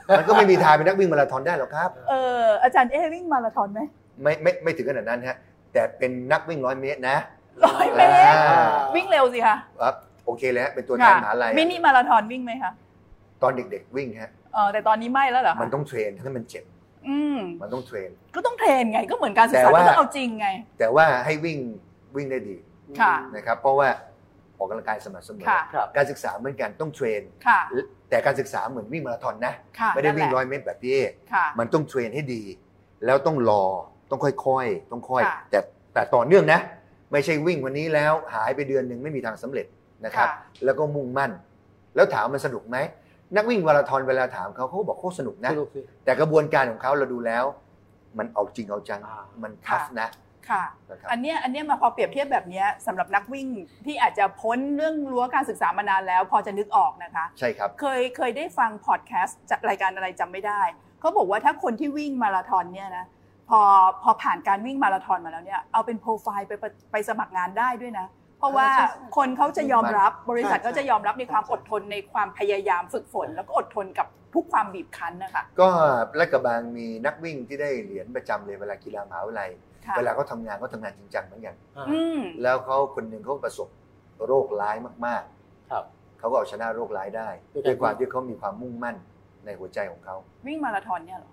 มันก็ไม่มีทางเป็นนักวิ่งมาราธอนได้หรอกครับ
เอออาจารย์เอะวิ่งมาราธอนไหม
ไม่ไม่ไม่ถึงขนาดนั้นฮะ แต่เป็นนักวิ่งร้อยเมตรนะ
ร้อยเมตร
อ่า
วิ่งเร็วสิคะ
ครับโอเคแล้วเป็นตัวแทน
ค่ะ
มหาลัย
มินิมาราธอนวิ่งไหมคะ
ตอนเด็กๆวิ่งฮะ
เออแต่ตอนนี้ไม่แล้วเหรอคะ
มันต้องเทรนถ้ามันเจ็บ
อืม
มันต้องเทรน
ก็ต้องเทรนไงก็เหมือนการศึกษา
แต่ว่า
ก็ต้องเอาจริงไง
แต่ว่าให้วิ่งวิ่งได้ดี
ค่ะ
นะครับ เพราะว่าออกกำลังกายสม่ำเสมอ
ค่ะ
ครับ
การศึกษาเหมือนกันต้องเทรน
ค่ะ
แต่การศึกษาเหมือนวิ่งมาราธอนนะ
ค่ะ
ไม่ได้วิ่ง
นั่นแหละ
ร้อยเมตรแบบพี่เอ
ค่ะ
มันต้องเทรนให้ดี แล้วต้องรอต้องค่อยๆ ต้องค่อย
ค่ะ
แต่แต่ต่อเนื่องนะ ไม่ใช่วิ่งวันนี้แล้วหายไปเดือนหนึ่งไม่มีทางสำเร็จนะครับ แล้วก็มุ่งมั่น แล้วถามมันสนุกไหมนักวิ่งมาราธอนเวลาถามเขาเขาก็บอกโคตรสนุกนะ
สนุกสิ
แต่กระบวนการของเขาเราดูแล้ว มันเอาจริงเอาจัง
อ่ามั
มันทัฟนะ
ค่ะ
นะครับ
อันเนี้ยอันเนี้ยมาพอเปรียบเทียบแบบเนี้ยสำหรับนักวิ่งที่อาจจะพ้นเรื่องรั้วการศึกษามานานแล้ว พอจะนึกออกนะคะ
ใช่ครับ
เคยเคยได้ฟังพอดแคสต์จากรายการอะไรจำไม่ได้เขาบอกว่าถ้าคนที่วิ่งมาราธอนเนี่ยนะพอพอผ่านการวิ่งมาราธอนมาแล้วเนี่ยเอาเป็นโปรไฟล์ไปไปไปสมัครงานได้ด้วยนะ เพราะว่า
ใช่ใช่
คนเขาจะยอมรับบริษัท
ใช่
ก็จะยอมรับในความอดทนในความพยายามฝึกฝน แล้วก็อดทนกับทุกความบีบคั้นนะคะ
ก็ลาดกระบังมีนักวิ่งที่ได้เหรียญประจำเลยเวลากีฬามหาวิทยาลัย
ค่ะ
เวลาเขาทำงานเขาทำงานจริงจังเหมือนกัน
อ่า
อืม
แล้วเขาคนหนึ่งเขาประสบโรคร้ายมากๆ
ครับ
เขาก็เอาชนะโรคร้ายได้
ด้วยการ
ด้วยความที่เขามีความมุ่งมั่นในหัวใจของเขา
วิ่งมาราธอนเนี่ยเหรอ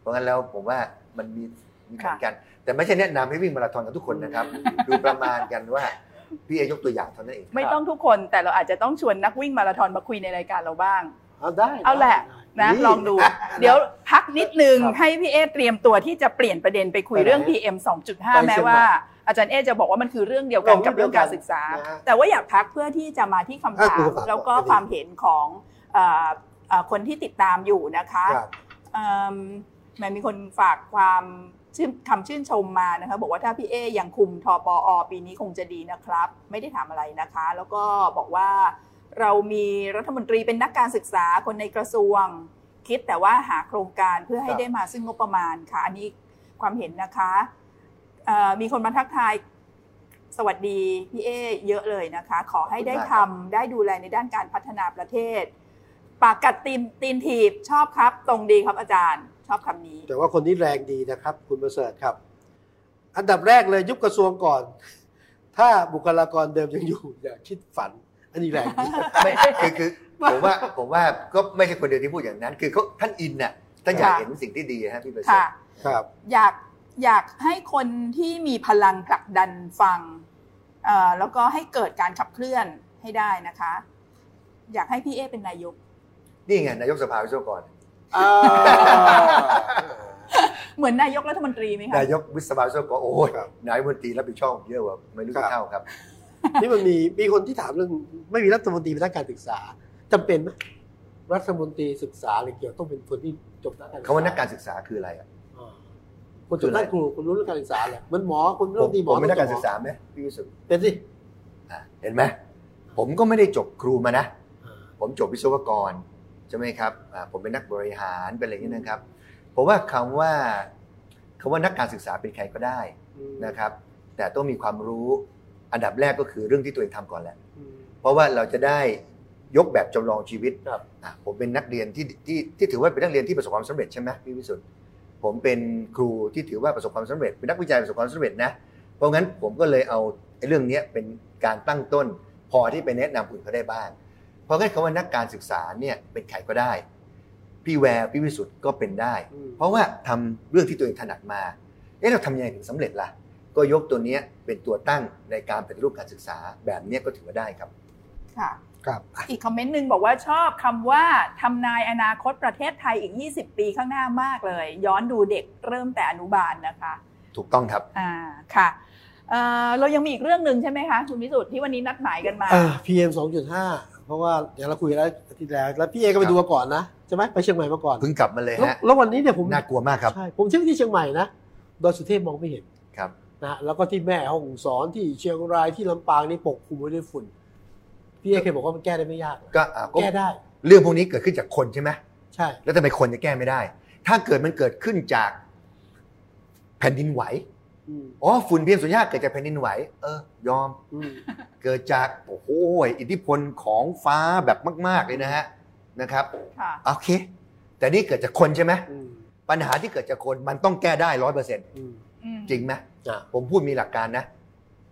เพราะงั้นแล้วผมว่ามันมีมีเหมือน
ค่ะ
กัน แต่ไม่ใช่แนะนำให้วิ่งมาราธอนกับทุกคนนะครับ ดูประมาณกันว่าพี่เอยกตัวอย่างเท่านั้นเอง
ไม่ต้องทุกคนแต่เราอาจจะต้องชวนนักวิ่งมาราธอนมาคุยในรายการเราบ้าง
เอาได้
เอาแหละ
ได้
นะ
ได้
ลองดู เดี๋ยวพักนิดนึง
ครับ
ให้พี่เอเตรียมตัวที่จะเปลี่ยนประเด็นไปคุย
ไปไหน
เรื่อง PM
ไป
2.5
เชียงใหม่
แม้ว่า อาจารย์เอจะบอกว่ามันคือเรื่องเดียวกัน
เรา
กับเรื่องการศึกษา
นะฮะ
แต่ว่าอยากพักเพื่อที่จะมาที่คำถาม
อ่ะคุณฝาก
แล้วก็
ก่อน
ความเห็นของเอ่อเอ่อคนที่ติดตามอยู่นะคะ
ครับ
เอิ่มแหมมีคนฝากความชื่นคำชื่นชมมานะคะบอกว่าถ้าพี่เอยังคุมทปอปีนี้คงจะดีนะครับ ไม่ได้ถามอะไรนะคะ แล้วก็บอกว่า เรามีรัฐมนตรีเป็นนักการศึกษาคนในกระทรวง คิดแต่ว่าหาโครงการเพื่อให้
ครับ
ได้มาซึ่งงบประมาณค่ะ อันนี้ความเห็นนะคะเอ่อมีคนมาทักทายสวัสดีพี่เอเยอะเลยนะคะ ขอให้ได้ทำได้ดูแลในด้านการพัฒนาประเทศ ปากกัดตีนตีนถีบชอบครับ ตรงดีครับอาจารย์ ชอบคำนี้
แต่ว่าคนที่แรงดีนะครับ คุณประเสริฐครับ อันดับแรกเลยยุบกระทรวงก่อน ถ้าบุคลากรเดิมยังอยู่ อย่าคิดฝัน อันนี้แรงดี
ไม่คือคือผมว่าผมว่าก็ไม่ใช่คนเดียวที่พูดอย่างนั้น คือเขาท่านอินน่ะท่านอยาก
ค่ะ
เห็นสิ่งที่ดีฮะพี่ประเสริ
ค่ะ
ฐ
ครับ
อยากอยากให้คนที่มีพลังผลักดันฟังเอ่อแล้วก็ให้เกิดการขับเคลื่อนให้ได้นะคะ อยากให้พี่เอเป็นนายก
นี่ไงนายกสภาวิศวกร
เหมือนนายกรัฐมนตรีไหมคะ
นายกวิศวกรวิศวกรโอ้ย
ครับ
นายมนตรีรับผิดชอบเยอะกว่าไม่รู้
ครั
จะ
บ
เท่าครับ
นี่มันมีมีคนที่ถามเรื่องไม่มีรัฐมนตรีเป็นด้านการศึกษาจำเป็นไหมรัฐมนตรีศึกษาหรือเกี่ยวต้องเป็นคนที่จบด้านการศึกษา
คำว่านักการศึกษาคืออะไรอะ
อ่าคนจบด้านครูคนรู้เรื่องการศึกษาแหละเหมันหมอคน
ผ
เรื่อ
ม
งดีหม
ผ
อ
มเป็นนักการศึกษาไหมพี่วิสุทธิ์
เป็นสิ
อ่ะเห็นไหมผมก็ไม่ได้จบครูมานะ
อ่า
ผมจบวิศวกรใช่ไหมครับอ่าผมเป็นนักบริหารเป็นอะไรอย่างนี้ยนะครับ ผมว่าคำว่าคำว่านักการศึกษาเป็นใครก็ได้นะครับ แต่ต้องมีความรู้อันดับแรกก็คือเรื่องที่ตัวเองทำก่อนแหละ เพราะว่าเราจะได้ยกแบบจำลองชีวิต
ครับ
อ่ะผมเป็นนักเรียนที่ที่ที่ถือว่าเป็นนักเรียนที่ประสบความสำเร็จใช่ไหมพี่วิสุทธิ์ผมเป็นครูที่ถือว่าประสบความสำเร็จ เป็นนักวิจัยประสบความสำเร็จนะ เพราะงั้นผมก็เลยเอาไอ้เรื่องเนี้ยเป็นการตั้งต้น พอที่ไปแนะนำคนเขาได้บ้าง เพราะงั้นคำว่านักการศึกษาเนี่ยเป็นใครก็ได้ พี่แวร์พี่วิสุทธิ์ก็เป็นได้ เพราะว่าทำเรื่องที่ตัวเองถนัดมา เอ๊ะเราทำยังไงถึงสำเร็จล่ะ ก็ยกตัวเนี้ยเป็นตัวตั้งในการปฏิรูปการศึกษาแบบเนี้ยก็ถือว่าได้ครับ
ค่ะ
ครับ
อีกคอมเมนต์หนึ่งบอกว่าชอบคำว่าทำนายอนาคตประเทศไทยอีก 20 ปีข้างหน้ามากเลย ย้อนดูเด็กเริ่มแต่อนุบาลนะคะ
ถูกต้องครับ
อ่าค่ะเอ่อเรายังมีอีกเรื่องหนึ่งใช่ไหมคะคุณวิสุทธิ์ที่วันนี้นัดหมายกันมา
พีเอ็มสองจุดห้า เพราะว่าเดี๋ยวเราคุยกันแล้วอาทิตย์แล้วแล้วพี่เอก็ไปดูมาก่อนนะใช่ไหมไปเชียงใหม่มาก่อน
เพิ่งกลับมาเลย
แล้ว
ฮะ
แล้ววันนี้เนี่ยผม
น่ากลัวมากครับ
ใช่ผมเที่ยวที่เชียงใหม่นะดอยสุเทพมองไม่เห็น
ครับ
นะฮะแล้วก็ที่แม่ห้องสอนที่เชียงรายที่ลำปางนี่ปกคลุมไว้ด้วยฝุ่นพี่เอเคยบอกว่ามันแก้ได้ไม่ยากนะ
ก็อ่าก็
แก้ได้
เรื่องพวกนี้เกิดขึ้นจากคนใช่ไหม
ใช่
แล้วทำไมคนจะแก้ไม่ได้ ถ้าเกิดมันเกิดขึ้นจากแผ่นดินไหว
อืม
อ๋อ ฝุ่นพีเอ็มสุญญาเกิดจากแผ่นดินไหว เออ ยอม
อืม
เกิดจากโอ้โหอิทธิพลของฟ้าแบบมาก ๆ เลยนะฮะ นะครับ
ค่ะ
โอเค แต่นี่เกิดจากคนใช่ไหม
อืม
ปัญหาที่เกิดจากคนมันต้องแก้ได้ร้อยเปอร์เซ็นต์
อืม
อืม
จริงไหม
อ่ะ
ผมพูดมีหลักการนะ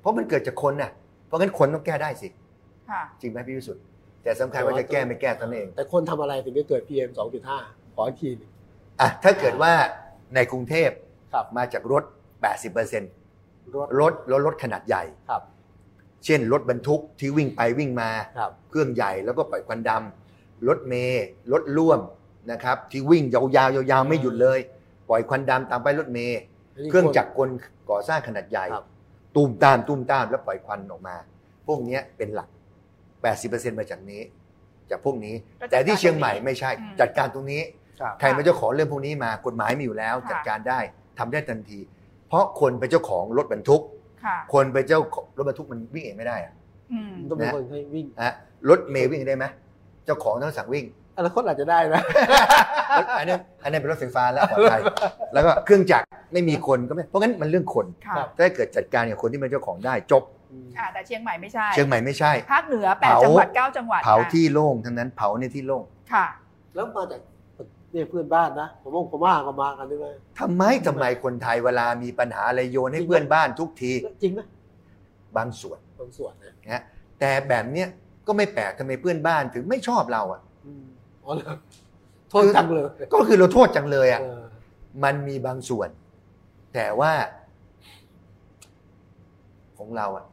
เพราะมันเกิดจากคนน่ะ เพราะงั้นคนต้องแก้ได้สิ
ค่ะ
จริงไหมพี่วิสุทธิ์แต่สำคัญว่าจะแก้ไม่แก้ตนนเอง
แต่คนทำอะไรถึงจะเกิดพีเอ็มสองจุดห้าขออีกทีหนึ่ง
อ่ะถ้าเกิดว่าในกรุงเทพ
ครับ
มาจากรถ 80%
รถ
รถแล้วรถขนาดใหญ่
ครับ
เช่น รถบรรทุกที่วิ่งไปวิ่งมา
ครับ
เครื่องใหญ่แล้วก็ปล่อยควันดำรถเมย์รถร่วมนะครับที่วิ่งยาวๆยาวๆไม่หยุดเลย ปล่อยควันดำตามไปรถเมย์เครื่องจักรกลก่อสร้างขนาดใหญ่
ครับ
ตูมตามตูมตามแล้วปล่อยควันออกมา พวกเนี้ยเป็นหลัก 80%มาจากนี้ จากพวกนี้
ก็จัด
แต่ที่เชียงใหม่
การตรงนี้
ไม่ใช่
อืม
จัดการตรงนี้
ครับ
ใครเป็นเจ้าของเรื่องพวกนี้มากฎหมายมีอยู่แล้ว
ค่ะ
จัดการได้ทำได้ทันที เพราะคนเป็นเจ้าของรถบรรทุก
ค่ะ
คนเป็นเจ้าของรถบรรทุกมันวิ่งเองไม่ได้อะ
อืม
ต้องเป็นคนให้วิ่ง
ฮะรถเมย์วิ่งได้ไหมเจ้าของต้องสั่งวิ่ง
อนาคตอาจจะได้นะ
อันนั้นอันนั้นเป็นรถไฟฟ้าแล้วปลอด ภัยแล้วก็เครื่องจักรไม่มีคนก็ไม่เพราะงั้นมันเรื่องคน
ค่ะ
ถ้าเกิดจัดการกับคนที่เป็นเจ้าของได้จบ
อ่าแต่เชียงใหม่ไม่ใช่
เชียงใหม่ไม่ใช่
ภาคเหนือแปด
เผา
จังหวัดเก้าจังหวัด
เผา
ค่ะ
ที่โล่งทั้งนั้นเผาในที่โล่ง
ค่ะ
แล้วมาจากเนี่ยเพื่อนบ้านนะผมว่าผมว่าก็มากันด้วย
ทำไมทำไมคนไทยเวลามีปัญหาอะไรโยนให้เพื่อนบ้านทุกที
จริงไหม
บางส่วน
บางส่วนนะ
นะฮะแต่แบบเนี้ยก็ไม่แปลกทำไมเพื่อนบ้านถึงไม่ชอบเราอ่ะ
อืมอ๋อเหรอโทษจังเลย
ก็คือเราโทษจังเลยอ่ะ
เออ
มันมีบางส่วน แต่ว่า ของเราอ่ะ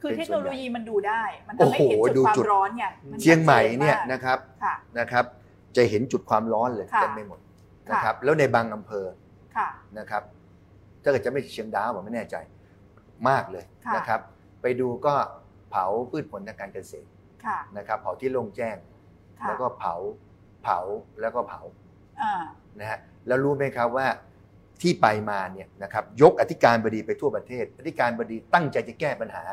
คือ
เป็น
เทคโนโลยีมันดูได้ มัน
โอ้
ทำ
โห
ให้เห็นจุด
ดู
ความ
จุด
ร้อนไงน
เชียงใหม่
ชัด
เนี่ย
จาก
นะครับ
ค่ะ
นะครับ จะเห็นจุดความร้อนเลย
ค่ะ
เต็มไปหมด
ค่ะ
นะครับ แล้วในบางอำเภอ
ค่ะ
นะครับ ถ้าเกิดจะไม่เชียงดาวผมไม่แน่ใจมากเลย
ค่ะ
นะครับ ไปดูก็เผาพืชผลทางการเกษตร
ค่ะ
นะครับ เผาที่โล่งแจ้ง
ค่ะ
แล้วก็เผาเผาแล้วก็เผา
อ่า
นะฮะแล้วรู้ไหมครับว่าที่ไปมาเนี่ยนะครับยกอธิการบดีไปทั่วประเทศ อธิการบดีตั้งใจจะแก้ปัญหา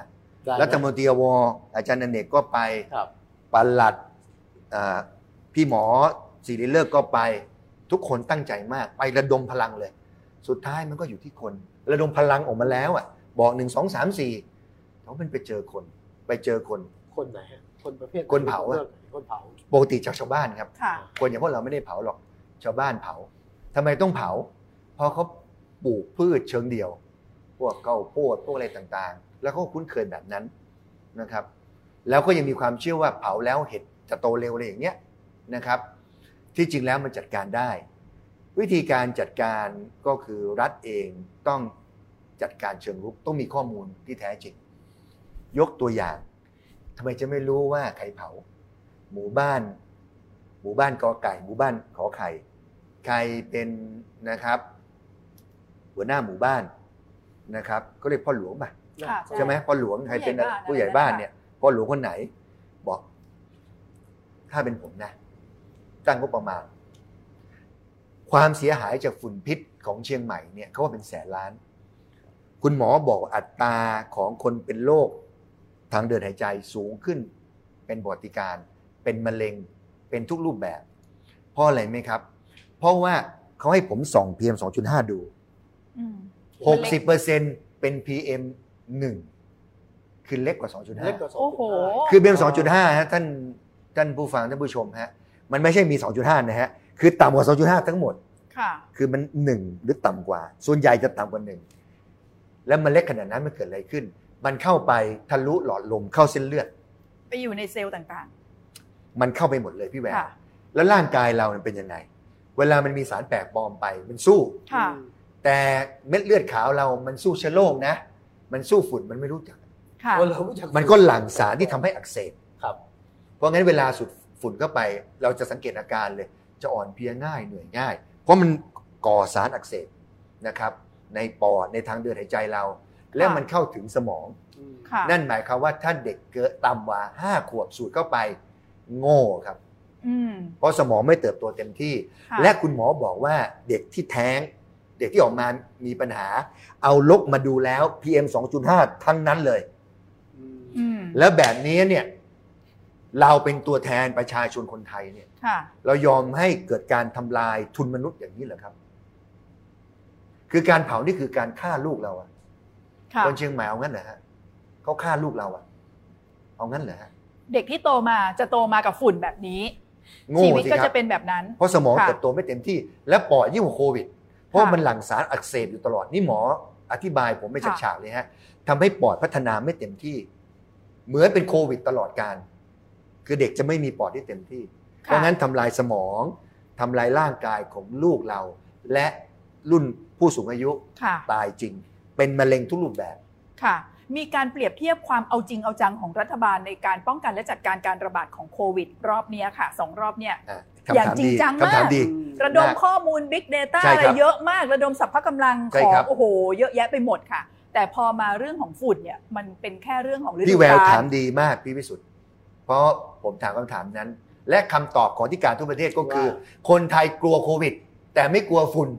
ได้ไห
รัฐมนตรีอวอาจารย์อเนกก็ไป
ครับ
ปลัดเอ่อพี่หมอ สิริเลิกษ์ก็ไปทุกคนตั้งใจมาก ไประดมพลังเลย สุดท้ายมันก็อยู่ที่คน ระดมพลังออกมาแล้วอ่ะ บอกหนึ่งสองสามสี่แล้วมันไปเจอคน ไปเจอคน
คนไหนฮะคนประเภทไห
คนเผาอะ
คนเผา
ปกติจากชาวบ้านครับ
ค่ะ
คนอย่างพวกเราไม่ได้เผาหรอกชาวบ้านเผาทำไมต้องเผา เพราะเขาปลูกพืชเชิงเดี่ยว พวกข้าวโพดพวกอะไรต่างๆ แล้วเขาก็คุ้นเคยแบบนั้นนะครับ แล้วก็ยังมีความเชื่อว่าเผาแล้วเห็ดจะโตเร็วอะไรอย่างเงี้ยนะครับ ที่จริงแล้วมันจัดการได้ วิธีการจัดการก็คือรัฐเองต้องจัดการเชิงรุกต้องมีข้อมูลที่แท้จริง ยกตัวอย่างทำไมจะไม่รู้ว่าใครเผา หมู่บ้าน หมู่บ้านกอไก่หมู่บ้านขอไข่ใครเป็นนะครับ หัวหน้าหมู่บ้านนะครับก็เรียกพ่อหลวงป่ะ
ค่ะ
ใช่ไหมพ่อหลวงใครเป็น
ผู้ใหญ่บ้าน
ผู้ใหญ่บ้านเนี่ยพ่อหลวงคนไหน บอก ถ้าเป็นผมนะตั้งงบประมาณ ความเสียหายจากฝุ่นพิษของเชียงใหม่เนี่ยเขาว่าเป็นแสนล้าน คุณหมอบอกอัตราของคนเป็นโรคทางเดินหายใจสูงขึ้น เป็นบอติการณ์เป็นมะเร็ง เป็นทุกรูปแบบ เพราะอะไรไหมครับ เพราะว่าเขาให้ผมส่อง PM 2.5 ดู
อืม มันเล็ก
60%เป็น PM 1 คือเล็กกว่า
เล็กก
2.5
ว่าสอง
โอ้โห
คือ PM 2.5ฮะท่านท่านผู้ฟังท่านผู้ชมฮะมันไม่ใช่มี 2.5 นะฮะ คือต่ำกว่า 2.5 ทั้งหมด
ค่ะ
คือมันหนึ่งหรือต่ำกว่า ส่วนใหญ่จะต่ำกว่าหนึ่งแล้วมันเล็กขนาดนั้นมันเกิดอะไรขึ้น มันเข้าไปทะลุหลอดลมเข้าเส้นเลือด
ไปอยู่ในเซลล์ต่าง
มันเข้าไปหมดเลยพี่แหว
ๆ
น
ค่ะ
แล้วร่างกายเรามันเป็นยังไง เวลามันมีสารแปลกปลอมไปมันสู้
ค่ะ
แต่เม็ดเลือดขาวเรามันสู้เชื้อโรคนะ มันสู้ฝุ่นมันไม่รู้จัก
ค่ะ
คนเรารู้จัก
มันก็หลั่งสารที่ทำให้อักเสบ
ครับ
เพราะงั้นเวลาสุดฝุ่นเข้าไปเราจะสังเกตอาการเลย จะอ่อนเพลียง่ายเหนื่อยง่าย เพราะมันก่อสารอักเสบนะครับ ในปอดในทางเดินหายใจเรา และมันเข้าถึงสมอง
อืม
ค่ะ
นั่นหมายความว่าถ้าเด็กเกิดต่ำกว่าห้าขวบสูดเข้าไปโง่ครับ
อืม
เพราะสมองไม่เติบโตเต็มที่
ค่
และคุณหมอบอกว่าเด็กที่แท้ง เด็กที่ออกมามีปัญหา เอาลบมาดูแล้ว PM 2.5 ทั้งนั้นเลย
อืม
อืม
แล้วแบบนี้เนี่ยเราเป็นตัวแทนประชาชนคนไทยเนี่ย
ค่ะ
เรายอมให้เกิดการทำลายทุนมนุษย์อย่างนี้เหรอครับ คือการเผานี่คือการฆ่าลูกเราอะ
ค่ะ
คนเชียงใหม่เอางั้นเหรอฮะเขาฆ่าลูกเราอะเอางั้นเหรอฮะ
เด็กที่โตมาจะโตมากับฝุ่นแบบนี้
โง่
ชีวิต
สิ
ก็
ครั
จะ
บ
เป็นแบบนั้น
เพราะสมอง
ค่ะ
เติบโตไม่เต็มที่ และปอดยิ่งกว่าโควิด เพราะ
ค่ะ
มันหลั่งสารอักเสบอยู่ตลอดนี่หมออธิบายผมไม่
ค่ะ
ฉากๆเลยฮะทำให้ปอดพัฒนาไม่เต็มที่ เหมือนเป็นโควิดตลอดการ คือเด็กจะไม่มีปอดที่เต็มที่ เพ
ค่ะ
ราะงั้นทำลายสมองทำลายร่างกายของลูกเรา และรุ่นผู้สูงอายุ
ค่ะ
ตายจริง เป็นมะเร็งทุกรูปแบบ
ค่ะ มีการเปรียบเทียบความเอาจริงเอาจังของรัฐบาลในการป้องกันและจัดการการระบาดของโควิด รอบเนี้ยค่ะสองรอบเนี้ย
อ่ะ
อย่าง
คำถาม
จริง
ดี
จัง
คำถาม
มาก
ดี
ระดม
มาก
ข้อมูล Big Data
ใช่
อะไร
ครับ
เยอะมากระดมสรรพกำลัง
ใช่
ของ
ครับ
โอ้โห เยอะแยะไปหมดค่ะ แต่พอมาเรื่องของฝุ่นเนี่ยมันเป็นแค่เรื่องของฤ
พี่
ดู
แวว
กา
ถา
ล
มดีมากพี่วิสุทธ์เพราะผมถามคำถามนั้น และคำตอบของที่การทุกประเทศก็คือ คนไทยกลัวโควิด แต่ไม่กลัวฝุ่น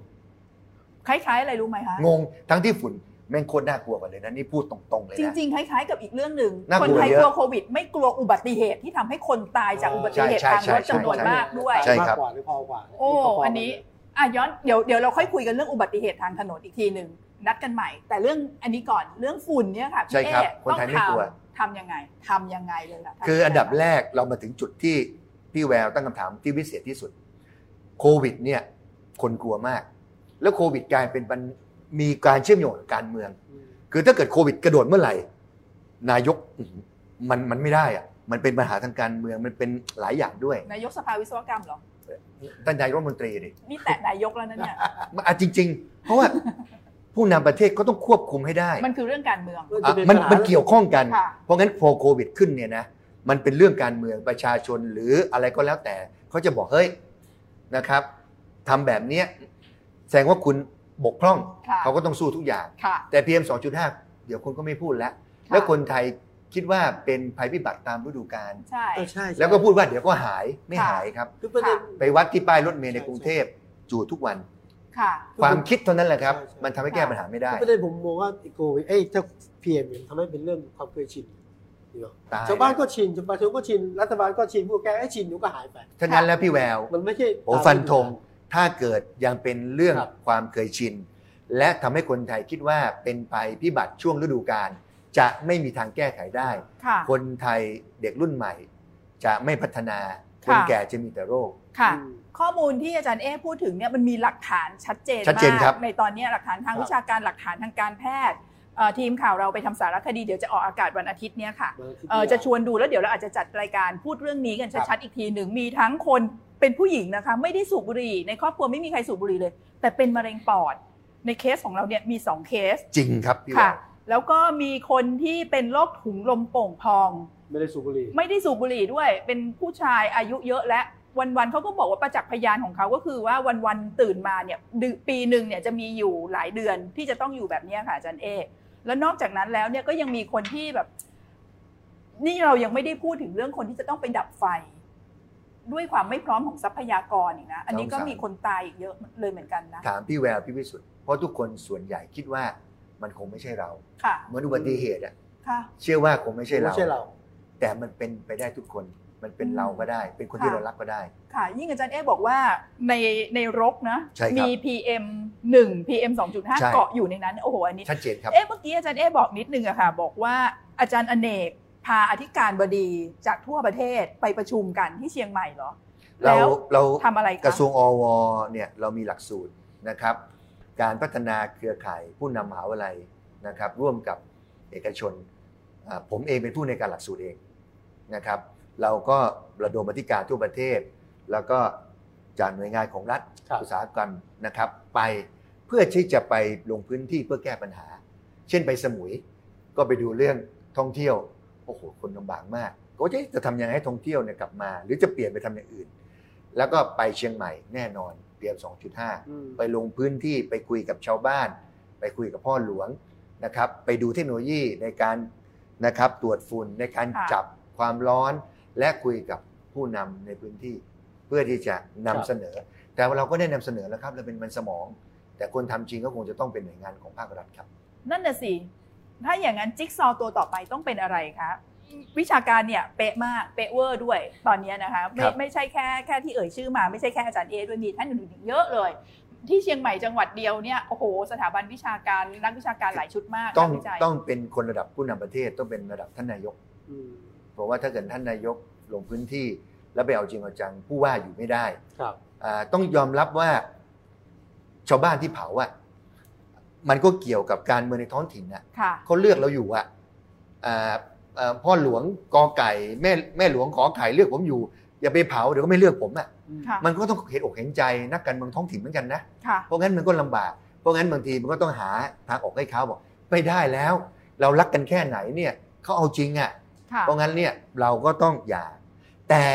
คล้ายๆอะไรรู้ไหมคะ
งง ทั้งที่ฝุ่นแม่งโคตรน่ากลัวกว่าเลยนะ นี่พูดตรงๆเลย
จ
นะ
ริงๆ คล้าย ๆ กับอีกเรื่องหนึ่ง
น่า
คน
กลัว
ไทย
เยอะ
กลัวโควิด ไม่กลัวอุบัติเหตุที่ทำให้คนตายจากอุบัติเหตุ
ใช่
ทางร
ใช่
ถจำนวน
ใช่
มากด้วย
ใช่ครั
มา
บ
กกว่าหรือพอกว่า
โอ้
พๆ
อันนี้
กั
อ่ะย้อนเดี๋ยวเดี๋ยวเราค่อยคุยกันเรื่องอุบัติเหตุทางถนนอีกทีหนึ่งนัดกันใหม่ แต่เรื่องอันนี้ก่อนเรื่องฝุ่นเนี่ยค่ะพี่
ใช่ครับ
เอ๊ะ
คนไทยไม่
ต้อง
กลัว
ทำทำยังไงทำยังไงเลยล่ะทำ
คืออันดับ
ยังไง
แรกเรามาถึงจุดที่พี่แววตั้งคำถามที่วิเศษที่สุด โควิดเนี่ยคนกลัวมาก แล้วโควิดกลายเป็นมันมีการเชื่อมโยงกับการเมือง
อืม
คือถ้าเกิดโควิดกระโดดเมื่อไหร่ นายกอื้อหือมันมันไม่ได้อะมันเป็นปัญหาทางการเมืองมันเป็นหลายอย่างด้วย
นายกสภาวิศวกรรมเหรอ
ท่านนายกรัฐมนตรีดิ
นี่แตะนายกแล้วนะเนี่ย
มันอาจจริง ๆ เพราะว่า ผู้นำประเทศก็ต้องควบคุมให้ได้
มันคือเรื่องการเมือง
ก็จะ
อ่ะ
ป็
มัน
ปัญหา
มันเกี่ยวข้องกัน
ค่ะ
เพราะงั้นพอโควิดขึ้นเนี่ยนะ มันเป็นเรื่องการเมืองประชาชนหรืออะไรก็แล้วแต่เขาจะบอกเฮ้ยนะครับทำแบบเนี้ยแสดงว่าคุณบกพร่อง
ค่ะ
เขาก็ต้องสู้ทุกอย่าง
ค่ะ
แต่ PM 2.5 เดี๋ยวคนก็ไม่พูดแล้ว แล้วคนไทยคิดว่าเป็นภัยพิบัติตามฤดูกาล
ใช่
เออใช่ใช่
แล้วก็พูดว่าเดี๋ยวก็หายไม่
ค่ะ
หายครับ
คือประเด็น
ไปวัดที่ป้ายรถเมล์ใน
ใช่
กรุงเทพจู่ทุกวัน
ค่ะ
ความคิดเท่านั้นแหละครับ
ใช่ใช่
มันทำให้แก้ปัญหาไม่ได้
คือประเด็นผมมองว่าไอ้โควิดเอ้ยถ้าพีเอ็มนทำให้เป็นเรื่องความเคยชิน เนาะ
ตาย
ชาวบ้านก็ชินชาวบ้านก็ชินรัฐบาลก็ชินพวกแกไอ้ชินเดี๋ยวก็หายไป
ท่านั้นแล้วพี่แวว
มันไม่ใช่
ผม
ตา
ฟันธง ถ้าเกิดยังเป็นเรื่อง
ครับ
ความเคยชิน และทำให้คนไทยคิดว่าเป็นไปพิบัติช่วงฤดูกาลจะไม่มีทางแก้ไขได้
ค่ะ
คนไทยเด็กรุ่นใหม่ จะไม่พัฒนา ค
ค่ะ
นแก่จะมีแต่โรค
ค่ะ
อืม
ข้อมูลที่อาจารย์เอ้พูดถึงเนี่ยมันมีหลักฐานชัดเจน
ชัดเจนครั
มา
บ
กในตอนเนี้ยหลักฐานทา
ค
ง
รับ
วิชาการหลักฐานทางการแพทย์เอ่อทีมข่าวเราไปทำสารคดีเดี๋ยวจะออกอากาศวันอาทิตย์เนี้ยค่ะ
มันคิด
เอ่อ
ไม่ได้
จะชวนดูแล้วเดี๋ยวเราอาจจะจัดรายการพูดเรื่องนี้กัน
ครั
ชัด
บ
ๆอีกทีหนึ่งมีทั้งคนเป็นผู้หญิงนะคะ ไม่ได้สูบบุหรี่ในครอบครัวไม่มีใครสูบบุหรี่เลย แต่เป็นมะเร็งปอด ในเคสของเราเนี่ยมี 2 เคส
จริงครับพี่แว
ค่ะ
ว
แล้วก็มีคนที่เป็นโรคถุงลมโป่งพอง
ไม่ได้สูบบุหรี่
ไม่ได้สูบบุหรี่ด้วย เป็นผู้ชายอายุเยอะและวันๆเขาก็บอกว่าประจักษ์พยานของเขาก็คือว่าวันๆตื่นมาเนี่ยดึกปีหนึ่งเนี่ยจะมีอยู่หลายเดือนที่จะต้องอยู่แบบเนี้ยค่ะอาจารย์เอ แล้วนอกจากนั้นแล้วเนี่ยก็ยังมีคนที่แบบ นี่เรายังไม่ได้พูดถึงเรื่องคนที่จะต้องไปดับไฟ ด้วยความไม่พร้อมของทรัพยากรอีกนะอันนี้ก็
สงสาร
มีคนตายอีกเยอะเลยเหมือนกันนะ
ถามพี่แววพี่วิสุทธ์เพราะทุกคนส่วนใหญ่คิดว่ามันคงไม่ใช่เรา
ค่ะ
เหมือนอุบัติเหตุอะ
ค่ะ
เชื่อว่าคงไม่ใช่
ไม่
เรา
ใช่เรา
แต่มันเป็นไปได้ทุกคนมันเป็น
อืม
เราก็ได้ เป็นคนที่
ค่ะ
เรารักก็ได้
ค่ะ ยิ่งอาจารย์เอ๊บอกว่าในในรกนะ
ใช่ครับ
มี PM 1 PM
ใช่
2.5 เกาะอยู่ในนั้น โอ้โห อันนี้
ชัดเจนครับ
เอ๊ะเมื่อกี้อาจารย์เอ๊บอกนิดนึงอะค่ะ บอกว่าอาจารย์อเนกพาอธิการบดีจากทั่วประเทศไปประชุมกันที่เชียงใหม่เหรอ
เรา
แล้ว
เรา
ทำอะไรคะ
กระทรวงอวเนี่ยเรามีหลักสูตรนะครับ การพัฒนาเครือข่ายผู้นำมหาวิทยาลัยนะครับ ร่วมกับเอกชนอ่าผมเองเป็นผู้ในการหลักสูตรเองนะครับ เราก็ระดมอธิการทั่วประเทศ แล้วก็จากหน่วยงานของรัฐ
ครับ
อุตสาหกรรมนะครับ ไปเพื่อที่จะไปลงพื้นที่เพื่อแก้ปัญหา เช่นไปสมุย ก็ไปดูเรื่องท่องเที่ยวโอ้โหคนลำบากมาก ก็จะจะทำยังไงให้ท่องเที่ยวเนี่ยกลับมา หรือจะเปลี่ยนไปทำอย่างอื่น แล้วก็ไปเชียงใหม่แน่นอนเตรียม
อืม
2.5 ไปลงพื้นที่ไปคุยกับชาวบ้าน ไปคุยกับพ่อหลวงนะครับ ไปดูเทคโนโลยีในการนะครับตรวจฝุ่นในการ
ค่ะ
จับความร้อน และคุยกับผู้นำในพื้นที่ เพื่อที่จะนำเสนอ แต่ว่าเราก็ได้นำเสนอแล้วครับเราเป็นมันสมอง แต่คนทำจริงก็คงจะต้องเป็นหน่วยงานของภาครัฐครับ
นั่นน่ะสิ ถ้าอย่างนั้นจิ๊กซอว์ตัวต่อไปต้องเป็นอะไรคะ วิชาการเนี่ยเป๊ะมาก เป๊ะเวอร์ด้วยตอนเนี้ยนะคะ
ค
ไม่
รับ
ไม่ใช่แค่แค่ที่เอ่ยชื่อมาไม่ใช่แค่อาจารย์เอด้วยมีท่านอื่นๆอีกเยอะเลย ที่เชียงใหม่จังหวัดเดียวเนี่ยโอ้โห สถาบันวิชาการนักวิชาการหลายชุดมาก
ต้อง
นักวิจัย
ต้องเป็นคนระดับผู้นำประเทศต้องเป็นระดับท่านนายก
อืม
เพราะว่าถ้าเกิดท่านนายกลงพื้นที่ แล้วไปเอาจริงเอาจังผู้ว่าอยู่ไม่ได้
ครับ
อ่าต้องยอมรับว่าชาวบ้านที่เผาอะมันก็เกี่ยวกับการเมืองในท้องถิ่นอะ
ค่ะ
เขาเลือกเราอยู่อะอ่าเอ่อพ่อหลวงกอไก่แม่แม่หลวงขอไข่เลือกผมอยู่ อย่าไปเผาเดี๋ยวก็ไม่เลือกผมอะ
ค่ะ
มันก็ต้องเห็นอกเห็นใจนักการเมืองท้องถิ่นเหมือนกันนะ
ค่ะ
เพราะงั้นมันก็ลำบากเพราะงั้นบางทีมันก็ต้องหาทางออกให้เขาบอกไม่ได้แล้ว เรารักกันแค่ไหนเนี่ยเขาเอาจริงอะ
ค่ะ
เพราะงั้นเนี่ยเราก็ต้องอย่า แต่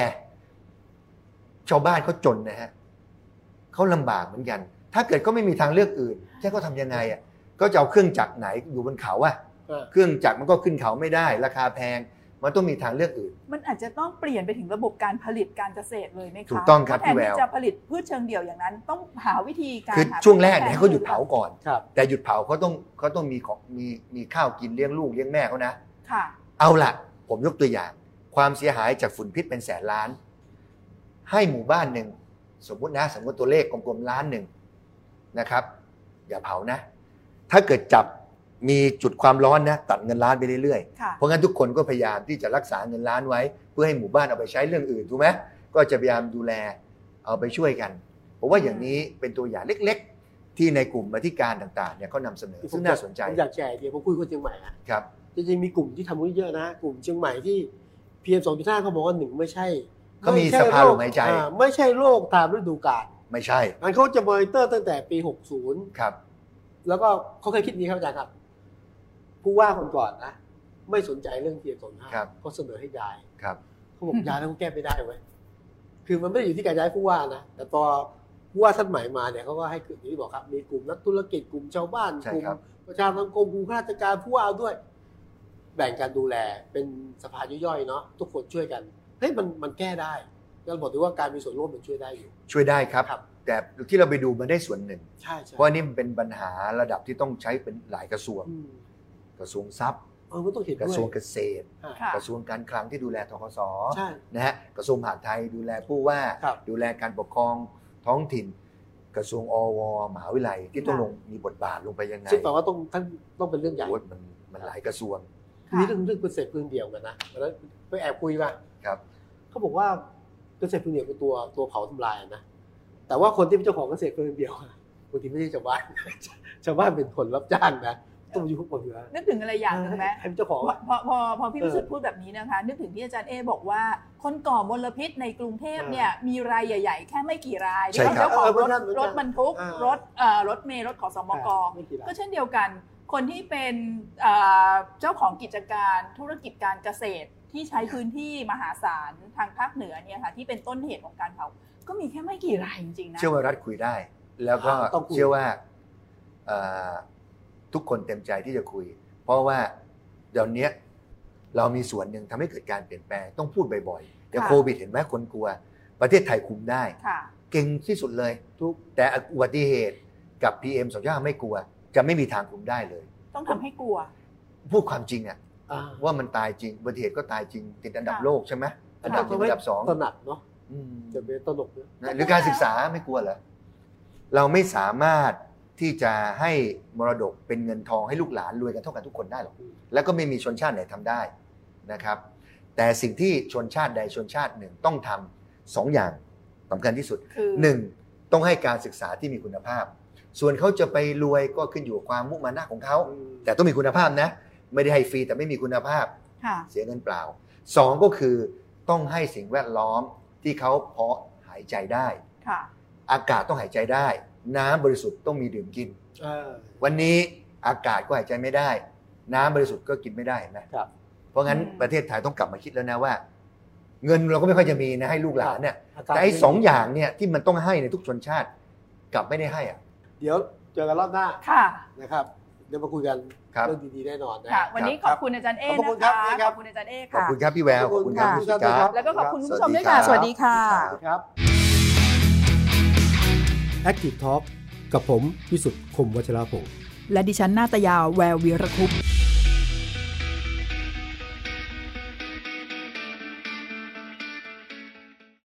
ชาวบ้านเขาจนนะฮะเขาลำบากเหมือนกัน ถ้าเกิดก็ไม่มีทางเลือกอื่นแค่เขาทำยังไงอ่ะก็จะเอาเครื่องจักรไหนอยู่บนเขาอ่ะ
เออ
เครื่องจักรมันก็ขึ้นเขาไม่ได้ ราคาแพง มันต้องมีทางเลือกอื่น
มันอาจจะต้องเปลี่ยนไปถึงระบบการผลิตการเกษตรเลยไหมคะ
ถูกต้องครับ
เพาะแท
พี่
น
แวว
ที่จะผลิตพืชเชิงเดี่ยวอย่างนั้น ต้องหาวิธีการ
คือ
หา
ช่วงแรกเนี่
ทดแท
ยให้เขาหยุดเผาก่อน
ครับ
แต่หยุดเผาเขาต้องเขาต้องมีของมีมีข้าวกินเลี้ยงลูกเลี้ยงแม่เขานะ
ค่ะ
เอาละผมยกตัวอย่าง ความเสียหายจากฝุ่นพิษเป็นแสนล้าน ให้หมู่บ้านหนึ่งสมมุตินะสมมติตัวเลขกลมๆล้านหนึ่งนะครับ อย่าเผานะ ถ้าเกิดจับมีจุดความร้อนนะ ตัดเงินล้านไปเรื่อย
ค่ะ
ๆ เพราะงั้นทุกคนก็พยายามที่จะรักษาเงินล้านไว้ เพื่อให้หมู่บ้านเอาไปใช้เรื่องอื่นถูกไหมก็จะพยายามดูแลเอาไปช่วยกันผมว่าอย่างนี้เป็นตัวอย่างเล็กๆ ที่ในกลุ่มอธิการต่างๆเนี่ยเขานำเสนอซึ่งน่าสนใจ
ผมอยากแชร์ไอเดียวผมคุยกับคนเชียงใหม่อะ
ครับ
จริงๆมีกลุ่มที่ทำกันเยอะนะ กลุ่มเชียงใหม่ที่ PM 2.5เขาบอกว่าหนึ่งไม่ใช่
เขามี
ไใช่
สภา
โร
ล
ค
มหายใจ
อ่ไม่ใช่โรคตามฤดูกาล
ไม่ใช่
มันเขาจะมอนิเตอร์ตั้งแต่ปี 60
ครับ
แล้วก็เขาเคยคิดนี้ครับอาจารย์ครับ ผู้ว่าคนก่อนนะ ไม่สนใจเรื่องเทียนสนห้าเขาเสนอให้ย้าย
ครับ
เขาบอกย้ายแล้วก็แก้ไม่ได้เว้ยคือมันไม่ได้อยู่ที่การย้ายผู้ว่านะแต่พอผู้ว่าท่านใหม่มาเนี่ยเขาก็ให้กลุ่มอย่างที่บอกครับ มีกลุ่มนักธุรกิจกลุ่มชาวบ้าน
ใช่
กลุ่ม
ครับ
ประชาสังคมกลุ่มข้าราชการผู้ว่าเอาด้วย แบ่งการดูแลเป็นสภาย่อยๆเนาะทุกคนช่วยกันเฮ้ยมันมันแก้ได้ก็บอกถือว่าการมีส่วนร่วมมันช่วยได้อยู่
ช่วยได้ครับ
ครับ
แต่ที่เราไปดูมันได้ส่วนหนึ่ง
ใช่ใช่
เพราะอันนี่มันเป็นปัญหาระดับที่ต้องใช้เป็นหลายกระทรวง
อืม
กระทรวงทรัพย์
เออมันต้องเห็น
กระ
ด้วย
ทรวงเกษตร
อ่า
ค่ะ
กระทรวงการคลังที่ดูแลทกศ
ใช่
นะฮะกระทรวงมหาดไทยดูแลผู้ว่า
ครับ
ดูแลการปกครองท้องถิ่น กระทรวงอวมหาวิทยาลัยที่ต้อง
ค่ะ
ลงมีบทบาทลงไปยังไง
ซึ่งแปลว่าต้องท่านต้องเป็นเรื่องใหญ่
โอ้ยมันมันหลายกระทรวง
มีเรื่องเรื่องเกษตรพื้นเดียวกันนะวันนั้นไปแอบคุยมา
ครับ
เขาบอกว่าเกษตรพื้นเดียวเป็นตัวตัวเผาทำลายนะ แต่ว่าคนที่เป็นเจ้าของเกษตรพื้นเดียวอะบางทีไม่ใช่ชาวบ้าน ชาวบ้านเป็นคนรับจ้างนะต้องมาอยู่ข้างบนอยู่แล้ว
นึกถึงอะไรอย่างหนึ่งไหม
ให้เป็นเจ้าของ
พอ
อะ
พอพอพอพี่
เออ
วิสุทธ์พูดแบบนี้นะคะ นึกถึงที่อาจารย์เอบอกว่า คนก่อมลพิษในกรุงเทพเนี่ย มีรายใหญ่ ๆ แค่ไม่กี่รายที่
ใช่
เป็น
ครับ
เจ้าของ
เออเอ
ร
อเออ
ถ
เออ
รถบรรทุก
เออ
รถเอ่อรถเมล์รถขอสมก
ไม่กี่ราย
ก็เช่นเดียวกัน คนที่เป็นเอ่อเจ้าของกิจการธุรกิจการเกษตรที่ใช้พื้นที่มหาศาลทางภาคเหนือเนี่ยค่ะที่เป็นต้นเหตุของการเผาก็มีแค่ไม่กี่รายจริงๆนะ
เชื่อว่ารัฐคุยได้ แล้วก็
ต้องคุย
เชื่อว่าเอ่อทุกคนเต็มใจที่จะคุย เพราะว่าเดี๋ยวนี้เรามีส่วนหนึ่งทำให้เกิดการเปลี่ยนแปลงต้องพูดบ่อยๆแต่
ค่ะ
โควิดเห็นไหมคนกลัว ประเทศไทยคุมได้
ค่ะ
เก่งที่สุดเลย
ทุก
แต่อุบัติเหตุกับ PM 2.5ไม่กลัว จะไม่มีทางคุมได้เลย
ต้องทำให้กลัว
พูดความจริงอะ
อ่า
ว่ามันตายจริงอุบัติเหตุก็ตายจริง ติดอันดับ
ค่ะ
โลกใช่ไหมอันดับหนึ่ง
ไม่
อันดับสอง
ตระหนักเนาะ
อืม
จะเป็นตลกเนาะ
นะหรือการศึกษาไม่กลัวเหรอ เราไม่สามารถที่จะให้มรดกเป็นเงินทองให้ลูกหลานรวยกันเท่ากันทุกคนได้หรอก แล้วก็ไม่มีชนชาติไหนทำได้นะครับ แต่สิ่งที่ชนชาติใดชนชาติหนึ่งต้องทำสองอย่างสำคัญที่สุด
คือ
หนึ่งต้องให้การศึกษาที่มีคุณภาพ ส่วนเขาจะไปรวยก็ขึ้นอยู่กับความมุมานะของเขา แต่ต้องมีคุณภาพนะ ไม่ได้ให้ฟรีแต่ไม่มีคุณภาพ
ค่ะ
เสียเงินเปล่าสองก็คือต้องให้สิ่งแวดล้อมที่เขาเพาะหายใจได้
ค่ะ
อากาศต้องหายใจได้ น้ำบริสุทธิ์ต้องมีดื่มกิน
อ่า
วันนี้อากาศก็หายใจไม่ได้ น้ำบริสุทธิ์ก็กินไม่ได้เห็นไหม
ครับ
เพราะงั้น
อืม
ประเทศไทยต้องกลับมาคิดแล้วนะว่า เงินเราก็ไม่ค่อยจะมีนะให้ลูกหลานเนี่ย
กาศ
แต่ไอ้สองอย่างเนี่ยที่มันต้องให้ในทุกชนชาติกลับไม่ได้ให้อ่ะ
เดี๋ยวเจอกันรอบหน้า
ค่ะ
นะครับ เดี๋ยวมาคุยกัน
ครับ
เรื่องดีๆแน่นอนนะ
ค่ะ วันนี้ขอบคุณอาจารย์เอ
ขอบ
นะ
คุณครับนี่ครั
คะ
บ
ขอบคุณอาจารย์เอ
ขอบ
ค่ะ
คุณครับพี่แววขอบคุณครับ
ขอบคุณ
พี่ชิ
ค่ะ
กา
แล้วก็ขอบคุณคุณผู้ชมด้วย
ครั
ค่ะ
บ
สวัสดีค่ะ
สวัสดีครับ
Active Talk กับผมวิสุทธ์คมวัชราภงศ์
และดิฉันนาตยาแวววีรคุปต์